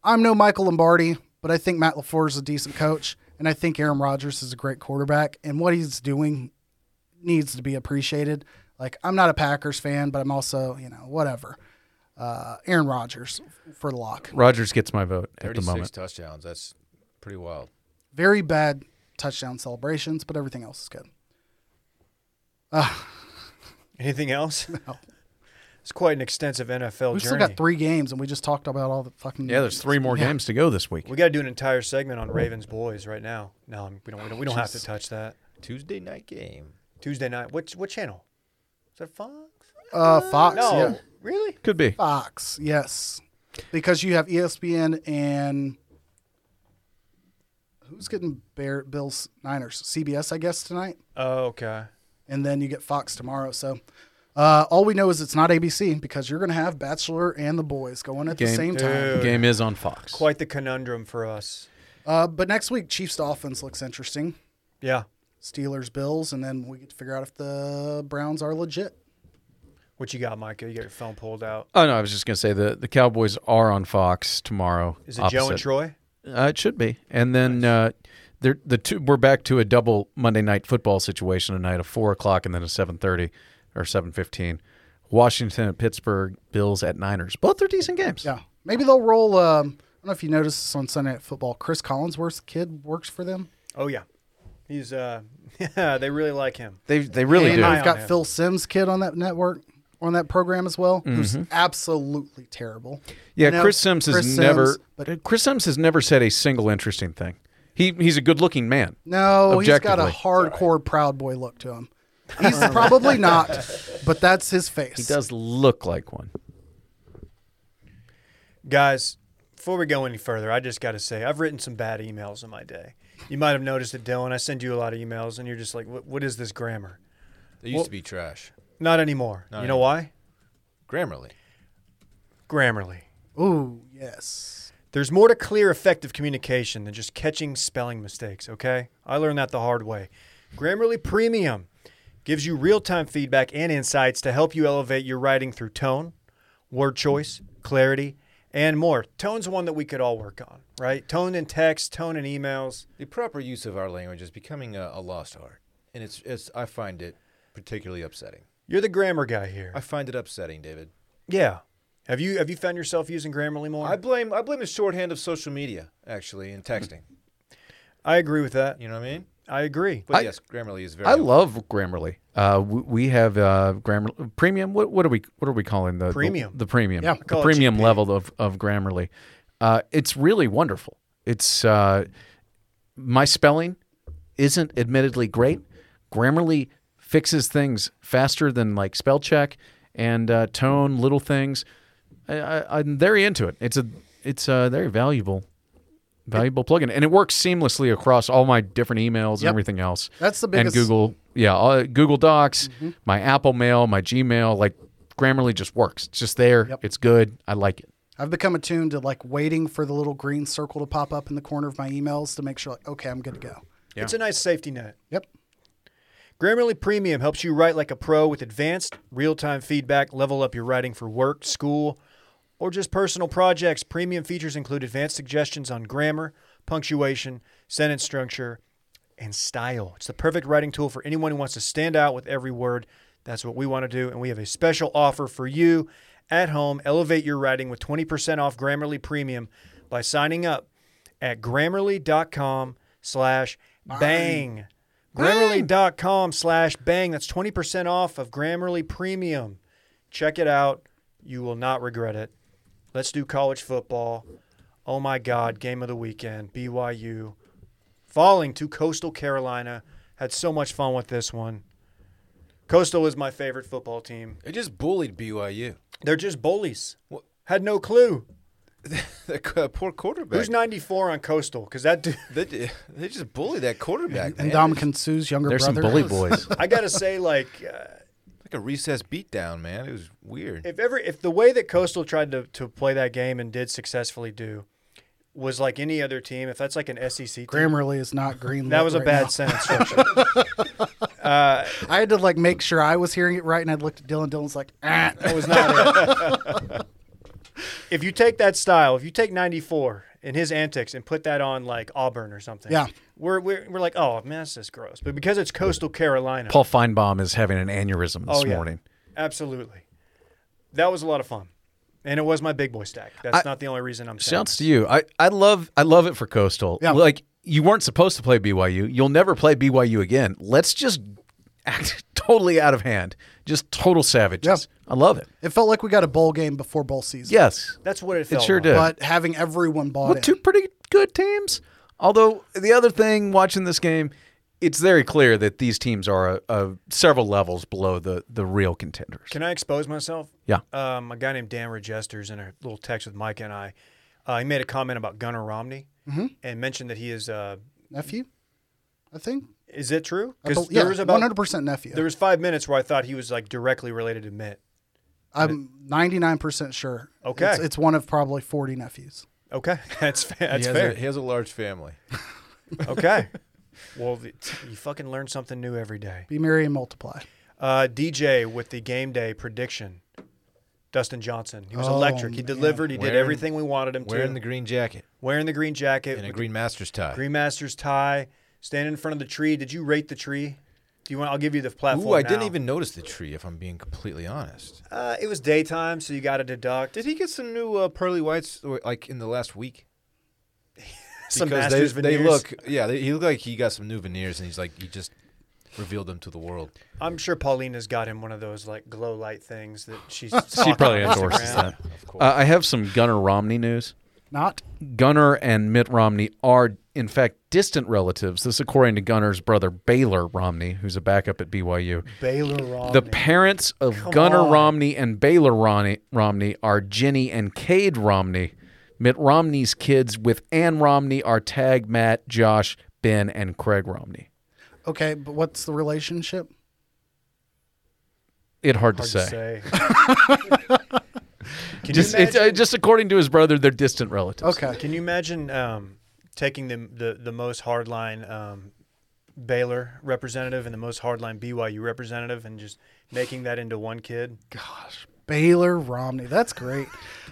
I'm no Michael Lombardi, but I think Matt Lafleur is a decent coach, and I think Aaron Rodgers is a great quarterback, and what he's doing needs to be appreciated. Like I'm not a Packers fan, but I'm also you know whatever. Uh, Aaron Rodgers for the lock. Rogers gets my vote at the 36 moment. touchdowns. That's pretty wild. Very bad touchdown celebrations, but everything else is good. Anything else? No. It's quite an extensive NFL We've journey. still got three games, and we just talked about all the fucking. Yeah, there's three more games to go this week. We got to do an entire segment on Ravens boys right now. No, I'm- we don't. We don't, we don't have to touch that. Tuesday night game. Tuesday night. What what channel? Is that Fox? Uh, Fox. No, Yeah. really? Could be. Fox. Yes, because you have E ESPN and who's getting Bear Bills Niners CBS, I guess tonight. Oh, okay. and then you get Fox tomorrow. So uh, all we know is it's not ABC because you're going to have Bachelor and The Boys going at the Game. same time. The game is on Fox. Quite the conundrum for us. Uh, but next week, Chiefs Dolphins looks interesting. Yeah, Steelers Bills, and then we get to figure out if the Browns are legit. what you got, Micah? You got your phone pulled out. Oh no, I was just gonna say the the Cowboys are on Fox tomorrow. Is it Joe and opposite. Troy? Uh, it should be, and then uh, there the two we're back to a double Monday night football situation tonight: a four o'clock and then a seven thirty or seven fifteen. Washington at Pittsburgh, Bills at Niners. Both are decent games. Yeah. Maybe they'll roll. Um, I don't know if you noticed this on Sunday Night Football. Chris Collinsworth's kid works for them. Oh yeah, he's uh, yeah, they really like him. they they really and do. I- I've Yeah. got Phil Sims' kid on that network, on that program as well, who's Mm-hmm. absolutely terrible. Yeah, You know, Chris Sims has Chris never. Sims, but Chris Sims has never said a single interesting thing. He he's a good-looking man. No, he's got a Objectively. hardcore proud boy look to him. He's probably not, but that's his face. He does look like one. Guys, before we go any further, I just got to say I've written some bad emails in my day. You might have noticed it, Dylan. I send you a lot of emails, and you're just like, "What, what is this grammar?" They used to be trash. Not anymore. you know why? Grammarly. Grammarly. Ooh, yes. There's more to clear, effective communication than just catching spelling mistakes, okay? I learned that the hard way. Grammarly Premium gives you real time feedback and insights to help you elevate your writing through tone, word choice, clarity, and more. Tone's one that we could all work on, right? Tone in text, tone in emails. The proper use of our language is becoming a, a lost art, and it's, it's I find it particularly upsetting. You're the grammar guy here. I find it upsetting, David. yeah. Have you have you found yourself using Grammarly more? I blame I blame the shorthand of social media actually and texting. I agree with that. you know what I mean? I agree. But I- yes, Grammarly is very. I love Grammarly. Uh, we, we have uh, Grammar Premium. What, what are we What are we calling the the- Premium. The, premium. Yeah. I the it premium level of of Grammarly. Uh, it's really wonderful. It's uh, my spelling isn't admittedly great. Grammarly fixes things faster than like spell check and uh, tone, little things. I, I, I'm very into it. It's a it's a very valuable valuable plugin, and it works seamlessly across all my different emails and Yep. everything else. That's the biggest- Mm-hmm. And Google, yeah, all, Google Docs, my Apple Mail, my Gmail, like Grammarly just works. It's just there. Yep. It's good. I like it. I've become attuned to like waiting for the little green circle to pop up in the corner of my emails to make sure, like, okay, I'm good to go. It's a nice safety net. Yep. Grammarly Premium helps you write like a pro with advanced real time feedback. Level up your writing for work, school, or just personal projects. Premium features include advanced suggestions on grammar, punctuation, sentence structure, and style. It's the perfect writing tool for anyone who wants to stand out with every word. That's what we want to do. And we have a special offer for you at home. Elevate your writing with 20% off Grammarly Premium by signing up at grammarly.com slash bang. Grammarly.com slash bang. That's 20% off of Grammarly Premium. Check it out. You will not regret it. Let's do college football. Oh my God, game of the weekend. BYU falling to Coastal Carolina. Had so much fun with this one. Coastal is my favorite football team. It just bullied BYU. They're just bullies. Had no clue. That uh, poor quarterback. Who's 94 on Coastal? Because that dude. They, d- they just bullied that quarterback. And man. Dom Kinsu's younger There's some brother. bully boys. I gotta say, like, uh, like a recess beatdown, man. It was weird. if ever, if the way that Coastal tried to, to play that game and did successfully do was like any other team, if that's like an SEC team, Grammarly is not green. that lit was a right bad now. sentence structure. I had to like make sure I was hearing it right, and I looked at Dylan. Dylan's like, ah, That was not it. if you take that style, if you take 94 and his antics and put that on like Auburn or something, Yeah. we're, we're, we're like, oh, man, that's just gross. But because it's coastal Carolina, Paul Feinbaum is having an aneurysm this oh, yeah, morning. Absolutely. That was a lot of fun. And it was my big boy stack. That's I- not the only reason I'm saying Shouts to you. I, I love I love it for Coastal. Yeah. Like you weren't supposed to play BYU. You'll never play BYU again. Let's just act totally out of hand. Just total savages. I love it. it felt like we got a bowl game before bowl season. Yes. That's what it It felt sure like. did. But having everyone bought Well, in. two pretty good teams. Although the other thing watching this game, it's very clear that these teams are uh, uh, several levels below the the real contenders. Can I expose myself? Yeah. Um, a guy named Dan Regester's in a little text with Mike and I. Uh, he made a comment about Gunnar Romney Mm-hmm. and mentioned that he is. Uh, nephew, I think. is it true? I bel- Because yeah, there was about 100% nephew. There was five minutes where I thought he was like directly related to Mitt. I'm 99% sure. Okay. It's, it's one of probably 40 nephews. Okay, that's fa- he, that's has fair. A, he has a large family. okay, well, th- you fucking learn something new every day. Be merry and multiply. Uh, DJ with the game day prediction, Dustin Johnson. He was Oh, electric. He man. delivered. He Wearing- did everything we wanted him Wearing to. the green jacket wearing the green jacket, and a with green master's the tie. green master's tie, standing in front of the tree. Did you rate the tree? Do you want? I'll give you the platform. Ooh, I didn't now. even notice the tree. If I'm being completely honest, Uh, it was daytime, so you got to deduct did he get some new uh, pearly whites or, like in the last week? some because they, masters they veneers. look, yeah, they, he looked like he got some new veneers, and he's like he just revealed them to the world. I'm sure Paulina's got him one of those like glow light things that she's. She probably on endorses Instagram. that. Uh, I have some Gunnar Romney news. Not. Gunnar and Mitt Romney are, in fact, distant relatives. This, according to Gunnar's brother Baylor Romney, who's a backup at BYU. Baylor Romney. The parents of Gunnar on. Romney and Baylor Romney, Romney are Jenny and Cade Romney. Mitt Romney's kids with Ann Romney are Tag, Matt, Josh, Ben, and Craig Romney. Okay, but what's the relationship? It hard, Hard to say. can, Just, you it's, imagine, uh, just according to his brother, they're distant relatives. Okay. can you imagine um, taking the, the the most hardline um, Baylor representative and the most hardline BYU representative and just making that into one kid? Gosh, Baylor Romney. That's great.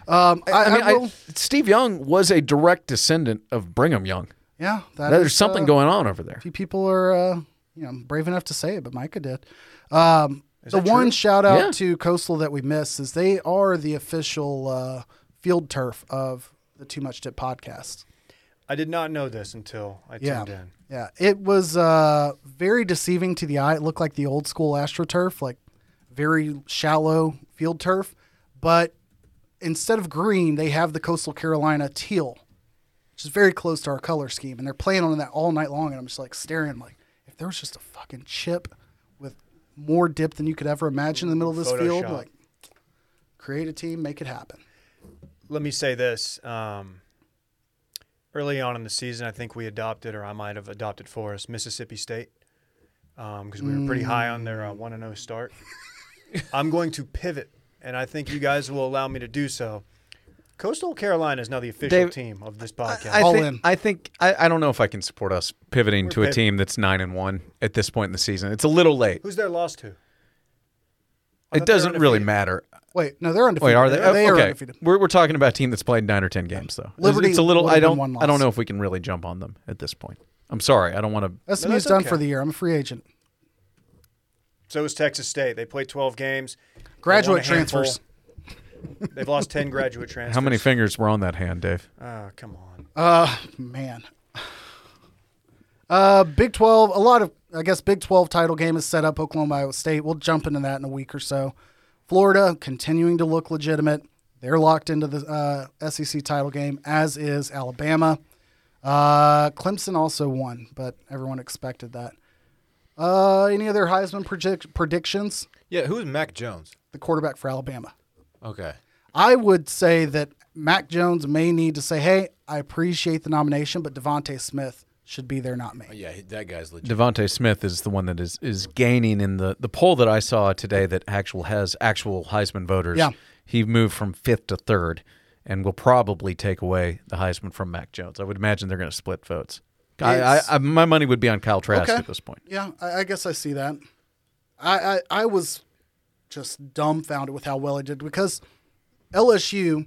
Um, I, I mean, I will, I, Steve Young was a direct descendant of Brigham Young. yeah, that There's is, something uh, going on over there. Few people are, uh, you know, brave enough to say it, but Micah did. Um, the that one true? shout out Yeah. to Coastal that we missed is they are the official uh, field turf of the Too Much Dip podcast. I did not know this until I Yeah. tuned in. Yeah. It was uh, very deceiving to the eye. It looked like the old school AstroTurf, like very shallow field turf. But instead of green, they have the Coastal Carolina teal, which is very close to our color scheme. And they're playing on that all night long. And I'm just like staring, like, if there was just a fucking chip with more dip than you could ever imagine in the middle of this field, Photoshop. like, create a team, make it happen. Let me say this. Um, early on in the season, I think we adopted, or I might have adopted for us, Mississippi State because we were pretty high on their uh, 1 0 start. I'm going to pivot, and I think you guys will allow me to do so. Coastal Carolina is now the official Dave- team of this podcast. I All think, in. I think I, I don't know if I can support us pivoting to a piv- team that's nine and one at this point in the season. It's a little late. Who's their loss to? It doesn't really matter. Wait, no, they're Wait, undefeated. are they? They're- They Oh, are okay, undefeated. we're, we're talking about a team that's played nine or ten games though. It's- Liberty it's a little. would've I been don't. one I loss. don't know if we can really jump on them at this point. I'm sorry. I don't want to. SMU's that's done okay. for the year. I'm a free agent. So is Texas State. They played 12 games. They won a Graduate handful. transfers. They've lost 10 graduate transfers. How many fingers were on that hand, Dave? Oh, come on. Uh, man. Uh, Big 12, a lot of, I guess, Big 12 title game is set up, Oklahoma, Iowa State. We'll jump into that in a week or so. Florida continuing to look legitimate. They're locked into the uh, SEC title game, as is Alabama. Uh, Clemson also won, but everyone expected that. Uh, any other Heisman predict- predictions? Yeah, who's Mac Jones? The quarterback for Alabama. Okay. I would say that Mac Jones may need to say, "Hey, I appreciate the nomination, but Devonte Smith should be there, not me." Yeah, he- that guy's legit. Devonte Smith is the one that is is gaining in the the poll that I saw today that actual has actual Heisman voters. Yeah. he moved from fifth to third, and will probably take away the Heisman from Mac Jones. I would imagine they're going to split votes. I, I, It's- I, my money would be on Kyle Trask Okay. at this point. Yeah, I, I guess I see that. I, I I was just dumbfounded with how well he did because LSU.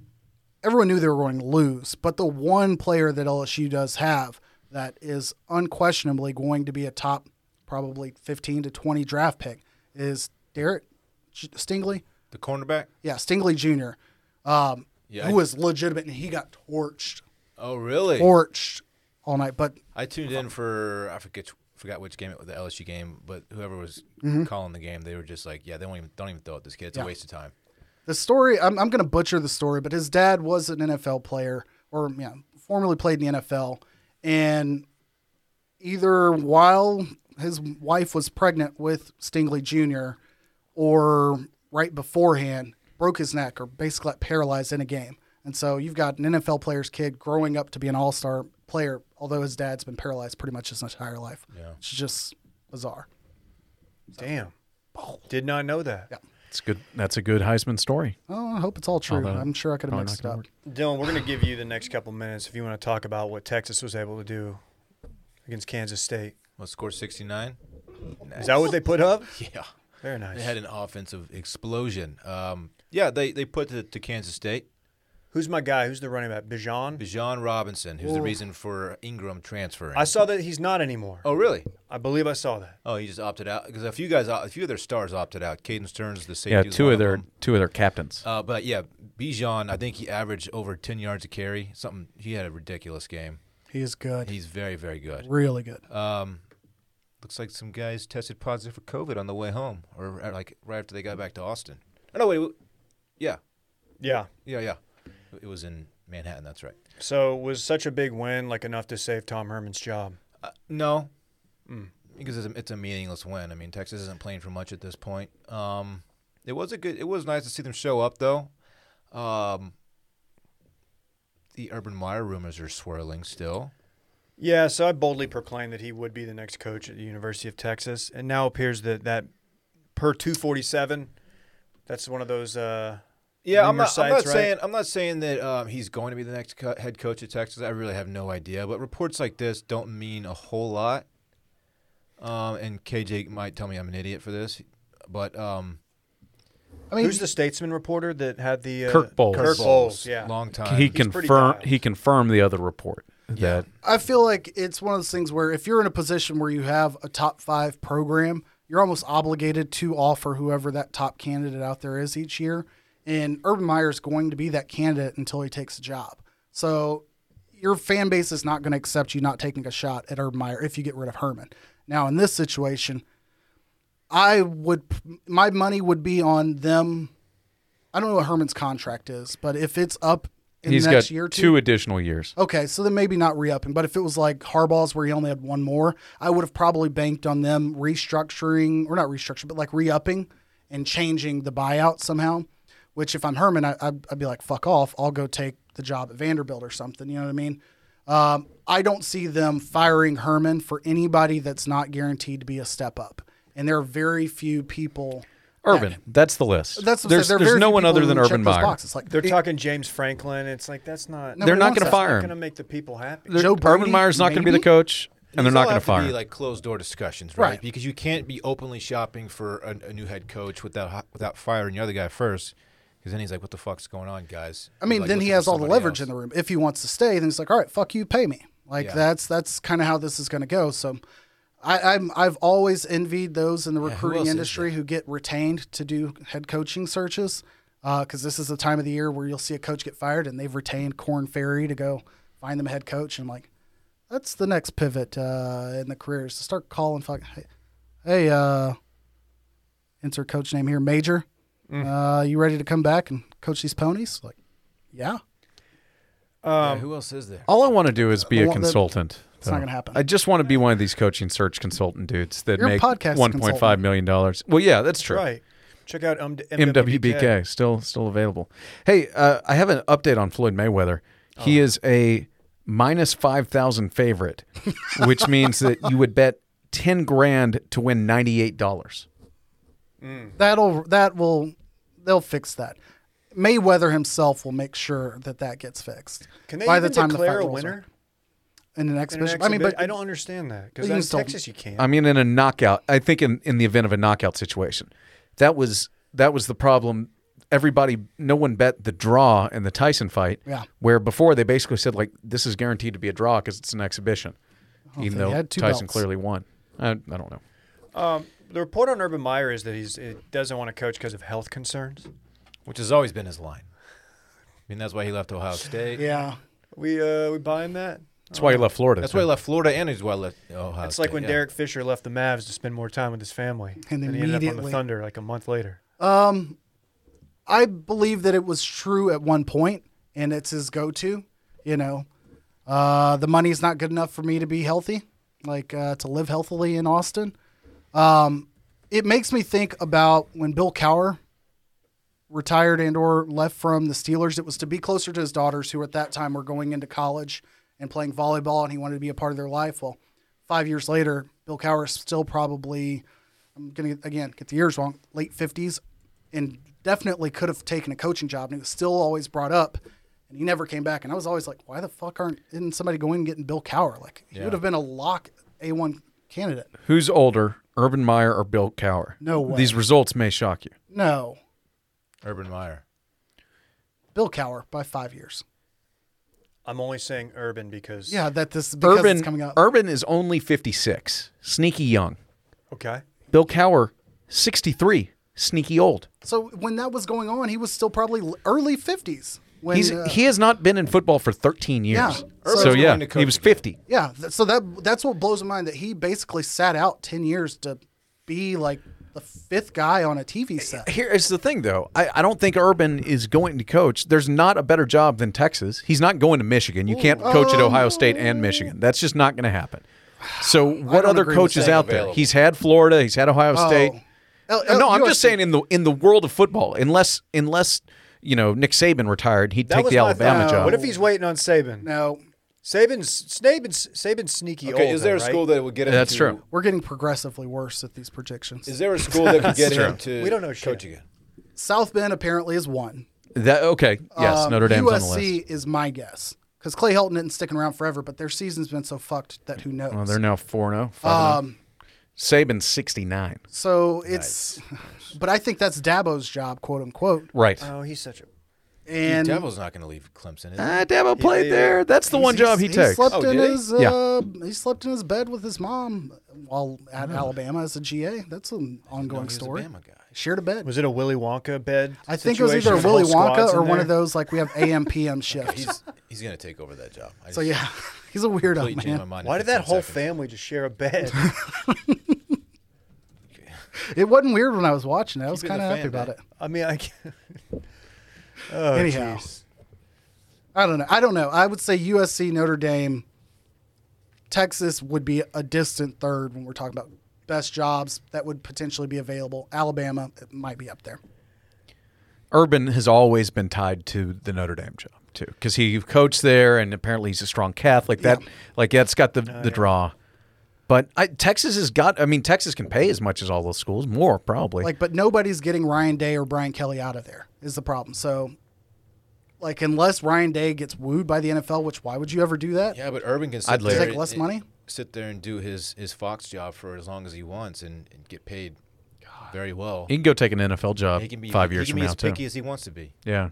Everyone knew they were going to lose, but the one player that LSU does have that is unquestionably going to be a top, probably fifteen to twenty draft pick is Derek Stingley. The cornerback? Yeah, Stingley Jr., um, Yeah, who I- was legitimate, and he got torched, Oh, really? torched all night. But I tuned in for I forget forgot which game it, the LSU game, but whoever was calling the game, they were just like, yeah, they don't even don't even throw at this kid. It's Yeah. a waste of time. the story, I'm, I'm going to butcher the story, but his dad was an NFL player, or yeah, formerly played in the NFL, and either while his wife was pregnant with Stingley Jr. or right beforehand, broke his neck or basically got paralyzed in a game. And so you've got an NFL player's kid growing up to be an all star player, although his dad's been paralyzed pretty much his entire life. Yeah. It's just bizarre. Damn. Did not know that. It's good. That's a good Heisman story. Oh, I hope it's all true. Although, I'm sure I could have probably mixed it not up. gonna Dylan, we're going to give you the next couple minutes if you want to talk about what Texas was able to do against Kansas State. Well, score sixty nine. Is that what they put up? Yeah. Very nice. They had an offensive explosion. Um, yeah, they they put to, to Kansas State. Who's my guy? Who's the running back? Bijan? Bijan Robinson, who's the reason for Ingram transferring. I saw that he's not anymore. oh, really? I believe I saw that. Oh, he just opted out because a few guys, a few of their stars opted out. Caden Stearns, the safety. Yeah, was two one of their them. two of their captains. Uh, but yeah, Bijan, I think he averaged over ten yards a carry. Something he had a ridiculous game. He is good. He's very, very good. really good. Um, looks like some guys tested positive for COVID on the way home, or, or like right after they got back to Austin. Oh no, wait, w- yeah, Yeah. yeah, yeah. It was in Manhattan. That's right. So was such a big win like enough to save Tom Herman's job? Uh, no, because it's a, it's a meaningless win. I mean, Texas isn't playing for much at this point. Um, it was a good. It was nice to see them show up though. Um, the Urban Meyer rumors are swirling still. Yeah, so I boldly proclaimed that he would be the next coach at the University of Texas, and now appears that that per 247, that's one of those. Uh, Yeah, I'm rumor not, I'm sites, not right? saying I'm not saying that um, he's going to be the next co- head coach of Texas. I really have no idea, but reports like this don't mean a whole lot. Um, and KJ might tell me I'm an idiot for this, but um, I mean, Who's the statesman reporter that had the uh, Kirk Bowles. Kirk Bowles, yeah. Long time. he Uh, pretty confirm dialed. he confirmed the other report that I feel like it's one of those things where if you're in a position where you have a top five program, you're almost obligated to offer whoever that top candidate out there is each year. And Urban Meyer is going to be that candidate until he takes a job. So your fan base is not going to accept you not taking a shot at Urban Meyer if you get rid of Herman. Now, in this situation, I would, my money would be on them. I don't know what Herman's contract is, but if it's up in he's the next got year or two, two additional years. Okay, so then maybe not re-upping, but if it was like Harbaugh's where he only had one more, I would have probably banked on them restructuring or not restructuring, but like re-upping and changing the buyout somehow. Which, if I'm Herman, I, I'd, I'd be like, "Fuck off! I'll go take the job at Vanderbilt or something." You know what I mean? Um, I don't see them firing Herman for anybody that's not guaranteed to be a step up, and there are very few people. Urban, that's the list. Oh, That's what I'm there's saying. There are there's very no few one people other who than check Urban those Meyer. boxes. Like They're talking James Franklin. It's like that's not They're not going wants to that. fire going to him. make the people happy. They're- Joe Brady, Urban Meyer's not going to be the maybe? coach, and they're not going to fire. Be him. like closed door discussions, right? Right. Because you can't be openly shopping for a, a new head coach without hi- without firing the other guy first, because then he's like, "What the fuck's going on, guys?" I mean, then he has all the leverage in the room. If he wants to stay, then he's like, "All right, fuck you, pay me." Like Yeah. that's that's kind of how this is going to go. So, I, I'm I've always envied those in the recruiting else is industry who get retained to do head coaching searches, because this is the time of the year where you'll see a coach get fired and they've retained Corn Ferry to go find them a head coach. And I'm like, that's the next pivot uh, in the career is to start calling fucking hey, hey uh, insert coach name here, Major. Mm. Uh, you ready to come back and coach these ponies? Like, yeah. Yeah, who else is there? All I want to do is be a want the- consultant. It's not gonna happen. I just want to be one of these coaching search consultant dudes that You're a make podcast one point five million dollars. Well, yeah, that's true. right. Check out um, MWBK. MWBK still still available. Hey, uh, I have an update on Floyd Mayweather. He Oh. is a minus five thousand favorite, which means that you would bet ten grand to win ninety eight dollars. Mm-hmm. That'll that will they'll fix that. Mayweather himself will make sure that that gets fixed. Can they by even the time declare the fight a rolls winner? around. in in an an exhibition? I mean, exhibi- but I don't understand that because You can that's still- Texas. You can't. I mean, in a knockout, I think in, in the event of a knockout situation, that was that was the problem. Everybody, no one bet the draw in the Tyson fight. Yeah. Where before they basically said like, this is guaranteed to be a draw because it's an exhibition, even Oh, they though had two Tyson belts. clearly won. I, I don't know. the report on Urban Meyer is that he's he doesn't want to coach because of health concerns. Which has always been his line. I mean, that's why he left Ohio State. Yeah, We uh we buying that? That's Oh. why he left Florida. That's too. why he left Florida, and he's why he left Ohio. It's like State, when yeah. Derek Fisher left the Mavs to spend more time with his family, And he ended up on the immediately- Thunder like a month later. I believe that it was true at one point, and it's his go-to. You know, uh, the money's not good enough for me to be healthy, like uh, to live healthily in Austin. Um, it makes me think about when Bill Cower retired and or left from the Steelers. It was to be closer to his daughters, who at that time were going into college and playing volleyball, and he wanted to be a part of their life. Well, five years later, Bill Cower is still probably, I'm going to, again, get the years wrong, late 50s, and definitely could have taken a coaching job, and it was still always brought up, and he never came back. And I was always like, why the fuck aren't isn't somebody going and getting Bill Cower? Like, he would have been a lock A1 candidate. Who's older, Urban Meyer or Bill Cower? No way. These results may shock you. No, Urban Meyer. Bill Cower by five years. I'm only saying Urban because Yeah, that this because it's Urban coming up. Urban is only fifty six, sneaky young. Okay. Bill Cower, sixty three, sneaky old. So when that was going on, he was still probably l- early fifties. When He's uh, he has not been in football for 13 years. Yeah. So, Urban's yeah, willing to coach he was again. 50. yeah, th- so that that's what blows my mind that he basically sat out ten years to be like the fifth guy on a Eh, TV set. Here is the thing, though. I, I don't think Urban is going to coach. There's not a better job than Texas. He's not going to Michigan. You can't coach at Ohio State and Michigan. That's just not going to happen. So what don't other agree with coaches saying out there? available. He's had Florida. He's had Ohio State. Oh, no, I'm just USC. saying in the in the world of football, unless unless you know Nick Saban retired, he'd That take was the my Alabama thought. job. What if he's waiting on Saban? No, Saban's Saban's Saban's sneaky Okay, old. is there though, a right? school that would get him? That's to- true. we're getting progressively worse at these projections. Is there a school that could get him to? We don't know shit. coach again. South Bend apparently is one. that okay? Yes, Um, Notre Dame's USC on the list. is my guess because Clay Helton isn't sticking around forever, but their season's been so fucked that who knows? oh, Well, they're now four zero. Um, Saban's 69. So it's, but I think that's Dabo's job, quote unquote. Right. Oh, he's such a. And Devil's not going to leave Clemson. Is he? Ah, Dabo played yeah. there. That's the one job he, he takes. slept Oh, in did he? his Yeah. uh, he slept in his bed with his mom while at Alabama as a GA. That's an ongoing he was a story. Bama guy. Shared a bed. Was it a Willy Wonka bed? I think it was either situation? The whole Willy squad's Wonka in or one there? of those like we have AM PM shifts. He's he's going to take over that job. I so just yeah, he's a weirdo completely changed my man. mind in Why did that 15 whole seconds. family just share a bed? It wasn't weird when I was watching it. I was it in the kind of happy fan, about man. it. I mean, I. can't- Oh, Anyhow. jeez. I don't know. I don't know. I would say USC, Notre Dame, Texas would be a distant third when we're talking about best jobs that would potentially be available. Alabama it might be up there. Urban has always been tied to the Notre Dame job too, because he coached there, and apparently he's a strong Catholic. That like that's got the the draw. But I, Texas has got. I mean, Texas can pay as much as all those schools, more probably. Like, but nobody's getting Ryan Day or Brian Kelly out of there is the problem. So, like, unless Ryan Day gets wooed by the NFL, which why would you ever do that? Yeah, but Urban can sit I'd there take and- less and money? Sit there and do his his Fox job for as long as he wants and, and get paid very well. he can go take an NFL job He can be five he years can from be now as too. picky as he wants to be. Yeah,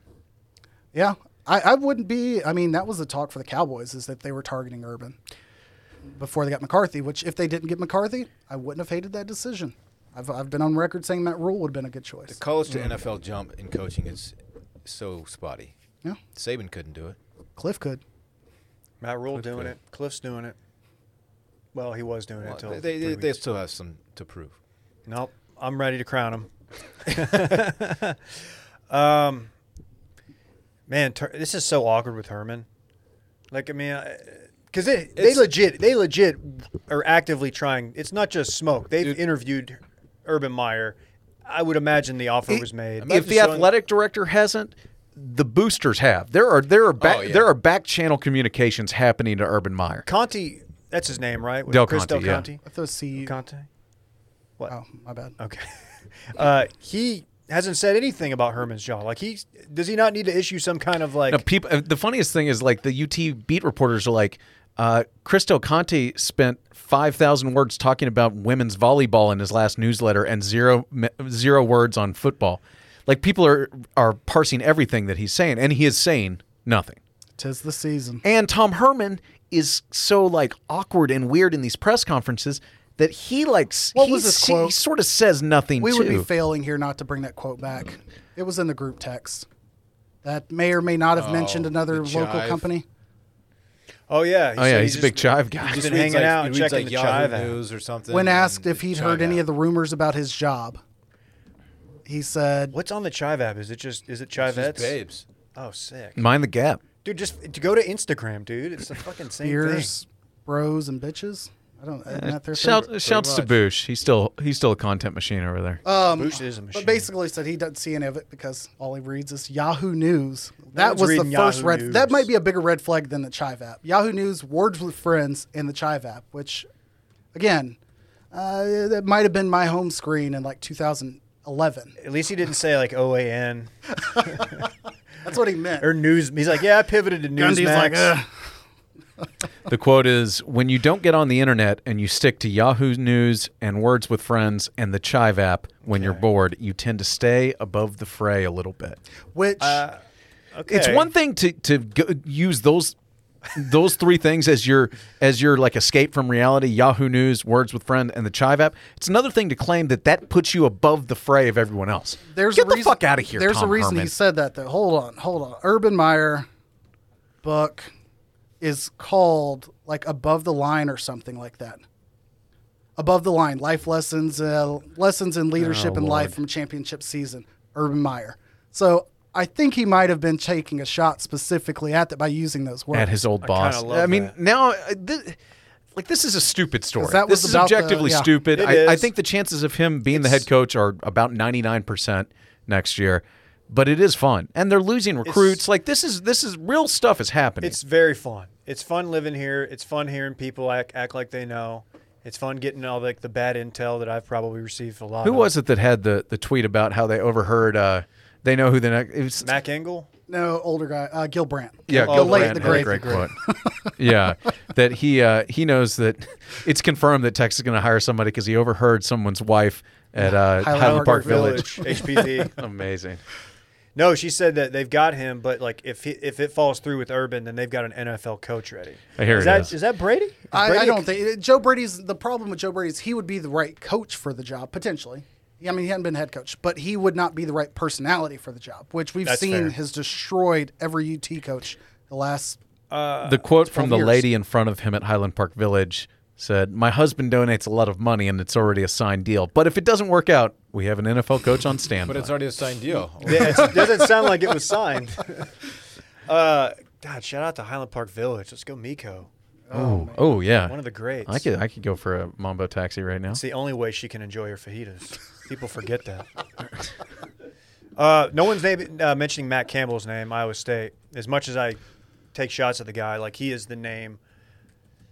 Yeah. I, I wouldn't be. I mean, that was the talk for the Cowboys is that they were targeting Urban before they got McCarthy, which if they didn't get McCarthy, I wouldn't have hated that decision. I've, I've been on record saying that rule would have been a good choice. College Hmm. to NFL jump in coaching is so spotty. Yeah. Saban couldn't do it. Cliff could. Matt Rule doing could. it. Cliff's doing it. Well, he was doing it until Well, they, they, three they weeks. still have some to prove. Nope. I'm ready to crown him. um, man, Ter- this is so awkward with Herman. Like, I mean, because it, they It's- legit, they legit are actively trying. It's not just smoke. They've Dude. interviewed Urban Meyer. I would imagine the offer was made. Imagine if the showing- athletic director hasn't, the boosters have. There are there are back Oh, yeah. there are back channel communications happening to Urban Meyer. Conti, that's his name, right? Was Del it Chris Conte, Del yeah. Conte. I thought C. Conte. What? Oh, my bad. Okay. Uh, he hasn't said anything about Herman's jaw. Like he does he not need to issue some kind of like No, people. uh, The funniest thing is like the UT beat reporters are like, uh, Cristo Conti spent five thousand words talking about women's volleyball in his last newsletter and zero me- zero words on football. Like people are are parsing everything that he's saying, and he is saying nothing. Tis the season. And Tom Herman is so like awkward and weird in these press conferences that he likes What he, was his se- he quote? sort of says nothing. We would be too. failing here not to bring that quote back. It was in the group text. That may or may not have mentioned Oh, another the local chive. company. Oh yeah. he Oh yeah, said he he's a just- big chive guy. He's He been reads, hanging like- out he and reads, checking like, the Yahoo chive app. News or something. When and asked if the he'd chive heard any app. of the rumors about his job, he said, What's on the Chive app? Is it just is it It's just Chivettes? babes. Oh sick. Mind the gap. Dude, just to go to Instagram, dude. It's the fucking same "Beers, bros, and bitches." I don't. Isn't that their Shout, thing? shouts to Boosh. He's still he's still a content machine over there. Uh. thing. Boosh Um, is a machine. But basically said he doesn't see any of it because all he reads is Yahoo News. That one's was the reading first Yahoo red. News. That might be a bigger red flag than the Chive app. Yahoo News, Words with Friends, and the Chive app, which, again, uh, that might have been my home screen in like 2011. At least he didn't say like OAN That's what he meant. or news. He's like, yeah, I pivoted to Gundy's Newsmax. like, "Ugh." The quote is When you don't get on the internet and you stick to Yahoo News and Words with Friends and the Chive app when you're bored, you tend to stay above the fray a little bit. which uh, okay. It's one thing to, to go, use those those three things as your as your like escape from reality yahoo news words with friend and the chive app it's another thing to claim that that puts you above the fray of everyone else there's get a the reason, fuck out of here There's Tom a reason Herman. he said that though. Hold on, hold on. Urban Meyer book is called like above the line or something like that. Above the line, life lessons, uh, lessons in leadership Oh, and Lord. life from championship season. Urban Meyer. So I think he might have been taking a shot specifically at that by using those words. at his old boss love i mean that. now uh, thi- like this is a stupid story 'Cause that was this is about the- objectively yeah. stupid stupid. It I, I is. think the chances of him being the head coach are about ninety nine percent next year. But it is fun, and they're losing recruits. Like this is this is real stuff is happening. It's very fun. It's fun living here. It's fun hearing people act, act like they know. It's fun getting all like the bad intel that I've probably received a lot. who of. was it that had the the tweet about how they overheard? Uh, they know who the next. It was, Mac Engel? No, older guy, uh, Gil Brandt. Yeah, the Gil late, Brandt the had a great. great quote. yeah, that he uh, he knows that it's confirmed that Tex is going to hire somebody because he overheard someone's wife at uh, Highland, Park, Village. HPV. Amazing. No, she said that they've got him, but like if he, if it falls through with Urban, then they've got an NFL coach ready. I hear is it that is. is that Brady? Is I, I Brady- don't think Joe Brady's the problem with Joe Brady is he would be the right coach for the job potentially. Yeah, I mean, he hadn't been head coach, but he would not be the right personality for the job, which we've That's seen fair. has destroyed every UT coach the last. Uh, the quote from the 12 years. lady in front of him at Highland Park Village said, "My husband donates a lot of money, and it's already a signed deal. But if it doesn't work out, we have an NFL coach on standby." But it's already a signed deal. Yeah, it's- it doesn't sound like it was signed. Uh, God, shout out to Highland Park Village. Let's go, Miko. oh, oh yeah, One of the greats. I could I could go for a Mambo taxi right now. It's the only way she can enjoy her fajitas. People forget that. uh, no one's name, uh, mentioning Matt Campbell's name, Iowa State. As much as I take shots at the guy, like he is the name.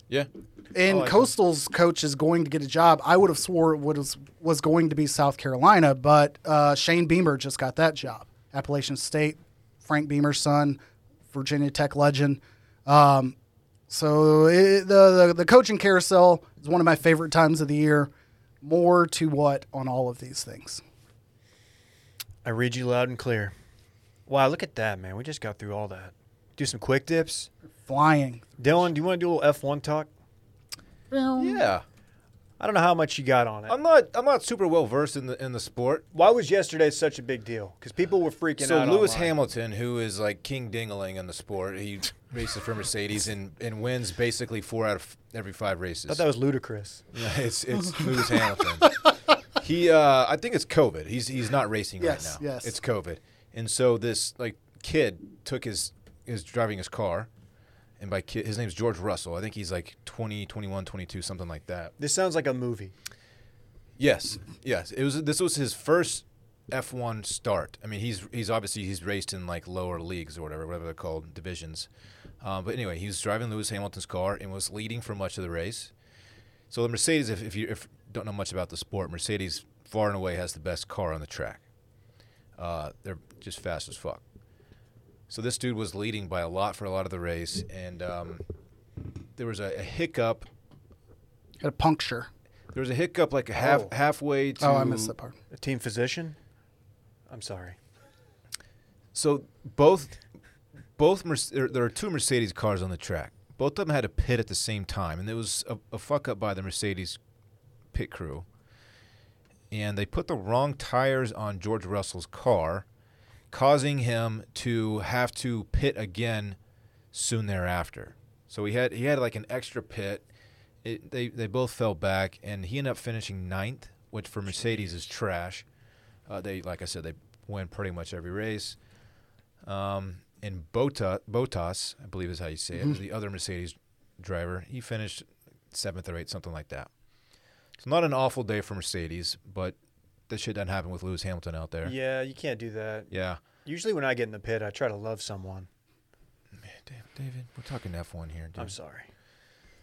yeah. And Coastal's coach is going to get a job. I would have swore it was was going to be South Carolina, but uh, Shane Beamer just got that job. Appalachian State, Frank Beamer's son, Virginia Tech legend. Um, so it, the, the the coaching carousel is one of my favorite times of the year. More to what on all of these things? I read you loud and clear. Wow, look at that, man. We just got through all that. Do some quick dips. Flying. Dylan, do you want to do a little F1 talk? Yeah. I don't know how much you got on it. I'm not I'm not super well versed in the in the sport. Um, Why was yesterday such a big deal? Because people were freaking so out. Lewis online. Hamilton, who is like King Dingaling in the sport, he races for Mercedes and, and wins basically four out of every five races. I thought that was ludicrous. Yeah, it's it's Lewis Hamilton. He, uh, I think it's COVID. He's he's not racing Yes, right now. yes. it's COVID, and so this like kid took his is driving his car, and by kid his name's George Russell. I think he's like 20, 21, 22, something like that. This sounds like a movie. Yes, yes. It was this was his first F one start. I mean, he's he's obviously he's raced in like lower leagues or whatever, whatever they're called, divisions. Uh, but anyway, he was driving Lewis Hamilton's car and was leading for much of the race. So the Mercedes, if, if you if don't know much about the sport, Mercedes far and away has the best car on the track. Uh, they're just fast as fuck. So this dude was leading by a lot for a lot of the race, and um, there was a, a hiccup. Got a puncture. There was a hiccup like a half Oh. halfway to Oh, I missed that part. A team physician? I'm sorry. So both both Merce- there, there are two Mercedes cars on the track. Both of them had a pit at the same time, and there was a, a fuck up by the Mercedes pit crew. And they put the wrong tires on George Russell's car, causing him to have to pit again soon thereafter. So he had he had like an extra pit. It, they they both fell back, and he ended up finishing ninth, which for Mercedes is trash. Uh, they like I said they win pretty much every race. Um, and Bota, Botas, I believe is how you say it, the other Mercedes driver, he finished seventh or eighth, something like that. So not an awful day for Mercedes, but this shit doesn't happen with Lewis Hamilton out there. Yeah, you can't do that. Yeah. Usually when I get in the pit, I try to love someone. Man, David, David, we're talking F1 here, dude. I'm sorry.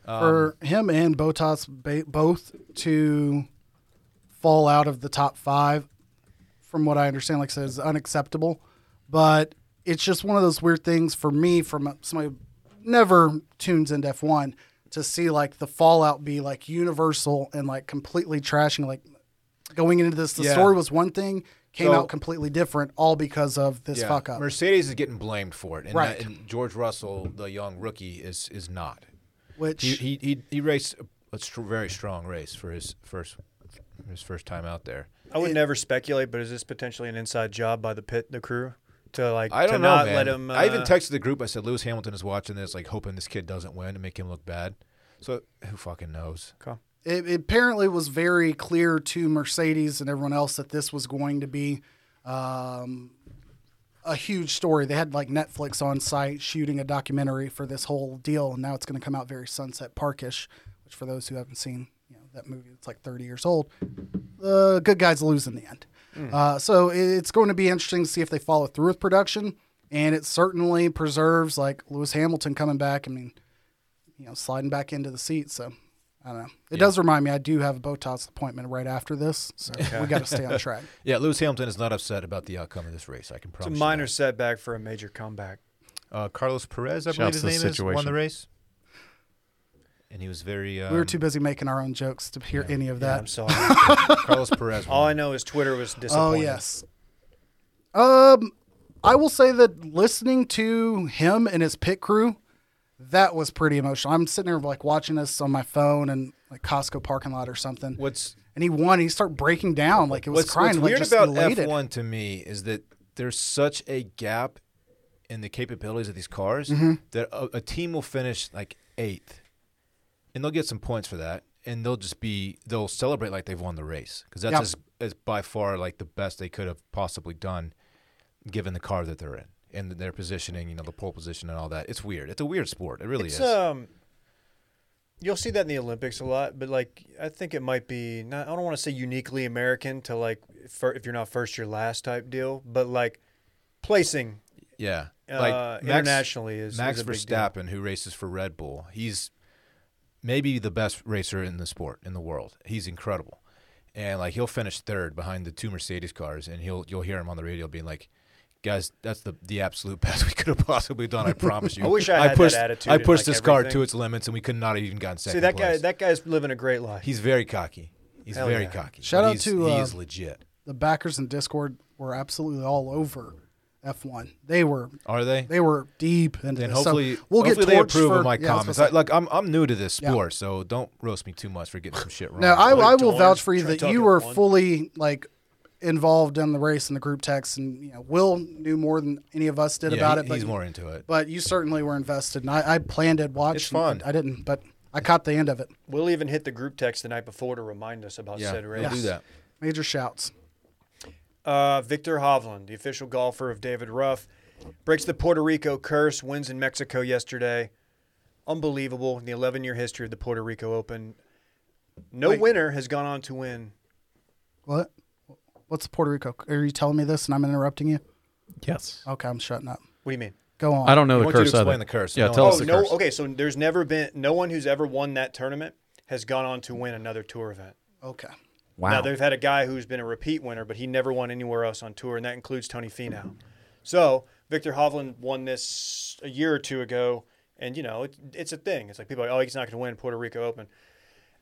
Um, for him and Botas ba- both to fall out of the top five, from what I understand, like I said, is unacceptable. But it's just one of those weird things for me, from somebody who never tunes into F1, to see like the fallout be like universal and like completely trashing. Like going into this, the Yeah. story was one thing, came So- out completely different, all because of this Yeah, fuck up. Mercedes is getting blamed for it, and, Right. that- and George Russell, the young rookie, is is not. Which He he he, he raced a str- very strong race for his first his first time out there. I would never speculate, but is this potentially an inside job by the pit, the crew, to like I to don't know, not man. let him? Uh, I even texted the group. I said Lewis Hamilton is watching this, like hoping this kid doesn't win to make him look bad. So who fucking knows? Come. it, it apparently was very clear to Mercedes and everyone else that this was going to be um, a huge story. They had like Netflix on site shooting a documentary for this whole deal, and now it's going to come out very Sunset Parkish, which for those who haven't seen you know, that movie, it's like 30 years old. The good guys lose in the end. Uh, so it, it's going to be interesting to see if they follow through with production, and it certainly preserves like Lewis Hamilton coming back. I mean, you know, sliding back into the seat. So I don't know. It does remind me. I do have a Botox appointment right after this, so we got to stay on track. Yeah, Lewis Hamilton is not upset about the outcome of this race. I can It's a promise. you minor that. setback for a major comeback. Uh, Carlos Perez, I Shouts believe to the his name is, won situation. the race, and he was very. Um, we were too busy making our own jokes to hear any of Yeah, that. I'm sorry. Carlos Perez. All Won. I know is Twitter was Oh disappointed. yes. Um, I will say that listening to him and his pit crew, that was pretty emotional. I'm sitting there like watching this on my phone and like Costco parking lot or something. What's And he won. And he started breaking down like it was what's, crying. what's like, weird just about elated. F1 to me is that there's such a gap in the capabilities of these cars Mm-hmm. that a, a team will finish like eighth, and they'll get some points for that, and they'll just be they'll celebrate like they've won the race because that's Yep. as, as by far like the best they could have possibly done, given the car that they're in and their positioning, you know, the pole position and all that. It's weird. It's a weird sport. It really It's is. uh, um you'll see that in the Olympics a lot, but like I think it might be not I don't want to say uniquely American to like fir- if you're not first you're last type deal, but like placing yeah, uh, like Max, internationally is Max is a big deal. Verstappen, who races for Red Bull, he's maybe the best racer in the sport in the world. He's incredible, and like he'll finish third behind the two Mercedes cars, and he'll you'll hear him on the radio being like. Guys, that's the, the absolute best we could have possibly done. I promise you. I wish I had that pushed, attitude I in, pushed like, this car everything. to its limits, and we could not have even gotten second See that guy place. that guy's living a great life. he's very cocky. He's Hell very yeah. cocky. Shout but out he's, to, he uh, is legit. The backers in Discord were absolutely all over F1. They were Are they? they were deep into and this. So hopefully, we'll get hopefully they torched approve for, of my yeah, I was comments. gonna I, say. like I'm, I'm new to this Yeah. sport, so don't roast me too much for getting some shit wrong. No, I, I will torn, vouch for you try that talking you were one. fully like involved in the race and the group text, and you know Will knew more than any of us did Yeah, about he- it. But, he's more into it. but you certainly were invested, and I, I planned it. Watched. It's fun. and I didn't, but I caught the end of it. We'll even hit the group text the night before to remind us about yeah, said we'll race. do that. Major shouts. Uh, Victor Hovland, the official golfer of David Ruff, breaks the Puerto Rico curse, wins in Mexico yesterday. Unbelievable in the 11 year history of the Puerto Rico Open. No Wait. winner has gone on to win. What? What's the Puerto Rico? Are you telling me this, and I'm interrupting you? Yes. Okay, I'm shutting up. What do you mean? Go on. I don't know We the want you to curse. either. explain the curse. Yeah, No, tell no. us oh, the no. curse. Okay, so there's never been, no one who's ever won that tournament has gone on to win another tour event. Okay. Now, Wow. they've had a guy who's been a repeat winner, but he never won anywhere else on tour, and that includes Tony Finau. So Victor Hovland won this a year or two ago, and you know it, it's a thing. It's like people are, oh, he's not going to win Puerto Rico Open,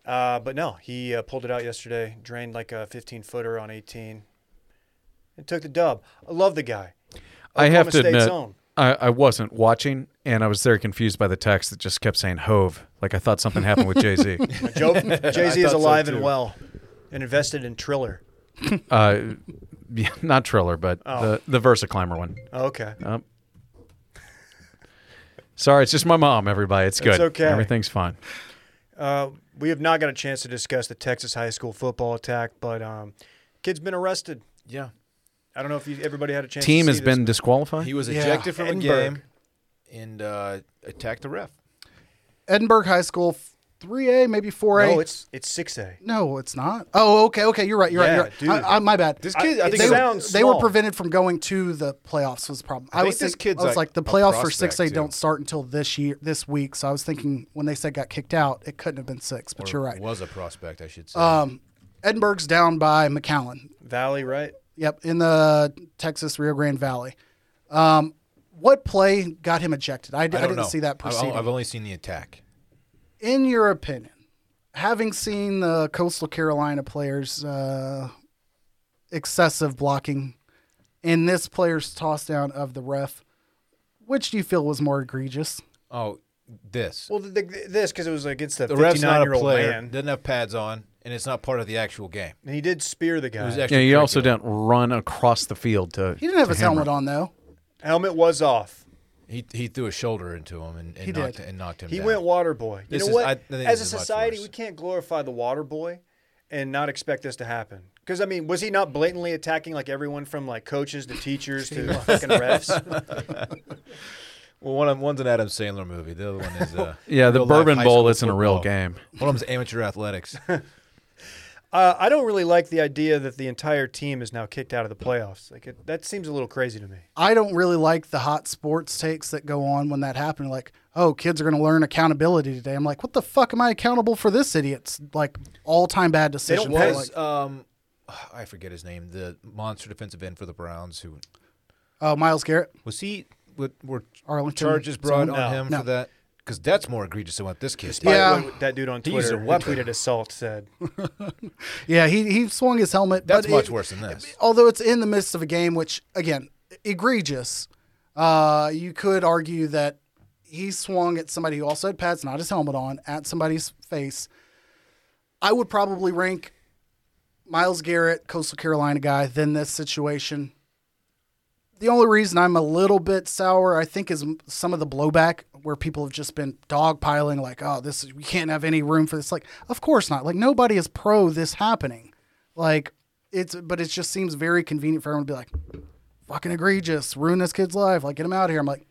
uh, but no, he uh, pulled it out yesterday, drained like a 15 footer on 18, and took the dub. I love the guy. I have Oklahoma to State's admit, own. I, I wasn't watching, and I was very confused by the text that just kept saying "Hove," like I thought something happened with Jay Z. Joe, Jay Z thought is so, alive too. and well, and invested in Triller. uh, yeah, not Triller, but Oh. the the Versa Climber one. Oh, okay, Um, sorry, it's just my mom. Everybody, it's good. It's okay. Everything's fine. Uh, we have not got a chance to discuss the Texas high school football attack, but um, kid's been arrested. Yeah, I don't know if you, everybody had a chance. Team to has see this. been disqualified. he was Yeah. ejected from a Edinburgh. game and uh, attacked the ref. Edinburgh High School, 3A, maybe 4A. No, it's it's six A. No, it's not. Oh, okay, okay. You're right. You're Yeah, right. You're right. dude. I, I, my bad. This kid, I, I- think, they, it were- sounds they were small. prevented from going to the playoffs was the problem. I, think was this think- kid's I was like like the a playoffs for six A prospect, too. don't start until this year this week. So I was thinking when they said got kicked out, it couldn't have been six, but you're right. was a prospect, I should say. Um Edinburgh's down by McAllen. Valley, right? Yep, in the Texas Rio Grande Valley. Um what play got him ejected? I, d- I, I don't didn't know. see that I've- proceeding. I've only seen the attack. in your opinion, having seen the Coastal Carolina players' uh, excessive blocking and this player's toss down of the ref, which do you feel was more egregious? Oh, this. Well, the, the, this because it was against the the ref's not a fifty-nine-year-old player. man, Doesn't have pads on, and it's not part of the actual game. and he did spear the guy. It was yeah, you also extracurricular. didn't run across the field to. He didn't have to his hammer helmet him. on though. Helmet was off. He he threw a shoulder into him and, and knocked did. and knocked him. He down. went water boy. You This know is- what? I think As a this is much society, worse. we can't glorify the water boy and not expect this to happen. Because I mean, was he not blatantly attacking like everyone from like coaches to teachers to fucking refs? Well, one of, one's an Adam Sandler movie. The other one is uh, Yeah, the real-life Bourbon high Bowl school isn't a real football. game. One of them's amateur athletics. Uh, I don't really like the idea that the entire team is now kicked out of the playoffs. Like it, that seems a little crazy to me. I don't really like the hot sports takes that go on when that happened. Like, oh, kids are going to learn accountability today. I'm like, what the fuck am I accountable for this idiot's like all time bad It decision? was Like, um, I forget his name, the monster defensive end for the Browns. Who oh, Miles Garrett. was he? What were Arlington charges brought someone? on No. him No. for that? Because that's more egregious than what this kid. By did. Yeah. the way, that dude on He's Twitter a who weapon. tweeted assault said, Yeah, he he swung his helmet. that's but much it- worse than this. Although it's in the midst of a game, which again, egregious. Uh, you could argue that he swung at somebody who also had pads, not his helmet on, at somebody's face. I would probably rank Miles Garrett, Coastal Carolina guy, then this situation. The only reason I'm a little bit sour, I think, is m- some of the blowback where people have just been dogpiling, like, "Oh, this is, we can't have any room for this." Like, of course not. Like, nobody is pro this happening. Like, it's but it just seems very convenient for everyone to be like, "Fucking egregious, ruin this kid's life, like get him out of here." I'm like,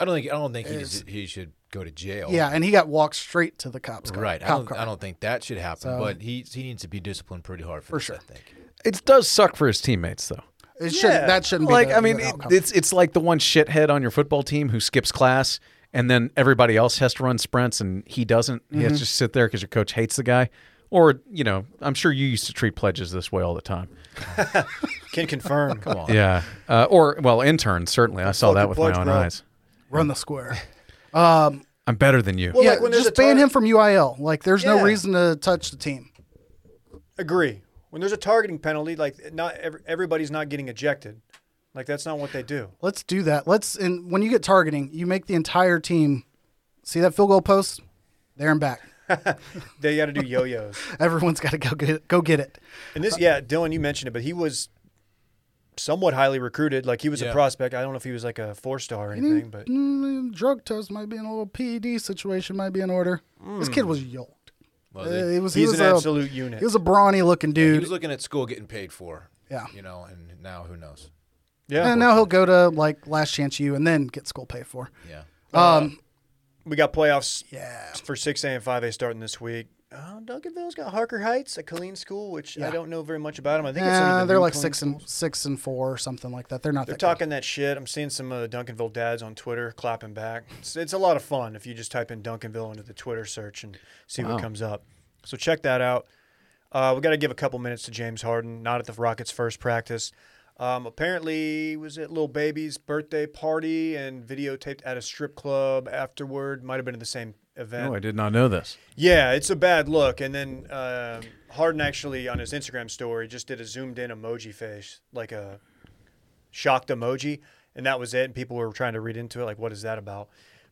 I don't think. I don't think he, des- he should go to jail. yeah, and he got walked straight to the cops. Car, Right. I cop don't, car. I don't think that should happen. but he he needs to be disciplined pretty hard for, this, sure. I think. It does suck for his teammates though. It shouldn't. Yeah. That shouldn't be. Like the- I mean, the it- outcome. it's it's like the one shithead on your football team who skips class and then everybody else has to run sprints and he doesn't. He has to just sit there because your coach hates the guy. Or you know, I'm sure you used to treat pledges this way all the time. "Can confirm." Come on. Yeah. Uh, or well, interns certainly. I saw that fucking with my pledge, own bro. eyes. run the square. I'm better than you. Well, yeah, like when there's just a ban tar- him from UIL. Like, there's Yeah. no reason to touch the team. Agree. When there's a targeting penalty, like not ev- everybody's not getting ejected. Like that's not what they do. Let's do that. Let's and when you get targeting, you make the entire team see that field goal post there and back. They got to do yo-yos. Everyone's got to go get it, go get it. And this, yeah, Dylan, you mentioned it, but he was somewhat highly recruited. Like he was a Yeah. prospect. I don't know if he was like a four star or anything, but Mm, drug test might be in a little PED situation. Might be in order. This kid was yoked. Well, Uh, they- it was, he he's was an a, absolute unit. He was a brawny looking he dude. was looking at school getting paid for. Yeah. You know, and now who knows? yeah. and now he'll go to like last chance U and then get school paid for. Yeah. we got playoffs Yeah. for six A and five A starting this week. Oh, Duncanville's got Harker Heights, a Colleen school, which I Yeah. don't know very much about them. I think it's one of Eh, the they're new like Colleen six and schools. six and four or something like that. They're not. They're that good. talking that shit. I'm seeing some uh, Duncanville dads on Twitter clapping back. It's, it's a lot of fun if you just type in Duncanville into the Twitter search and see what comes up. So check that out. Uh, we got to give a couple minutes to James Harden. Not at the Rockets' first practice. Um, apparently, was it little baby's birthday party and videotaped at a strip club afterward? Might have been at the same event. Oh, I did not know this. Yeah, it's a bad look. And then um Harden actually on his Instagram story just did a zoomed in emoji face, like a shocked emoji, and that was it. And people were trying to read into it, like, what is that about?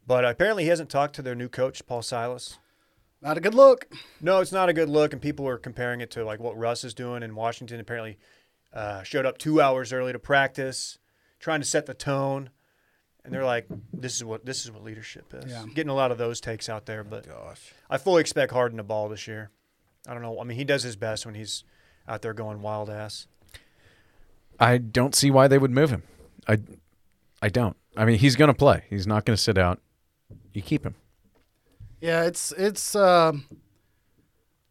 But apparently, he hasn't talked to their new coach, Paul Silas. Not a good look. No, it's not a good look, and people were comparing it to like what Russ is doing in Washington. Apparently, uh, showed up two hours early to practice, trying to set the tone, and they're like, "This is what this is what leadership is." Yeah. Getting a lot of those takes out there, but Gosh. I fully expect Harden to ball this year. I don't know. I mean, he does his best when he's out there going wild ass. I don't see why they would move him. I, I don't. I mean, he's going to play. He's not going to sit out. You keep him. Yeah, it's it's um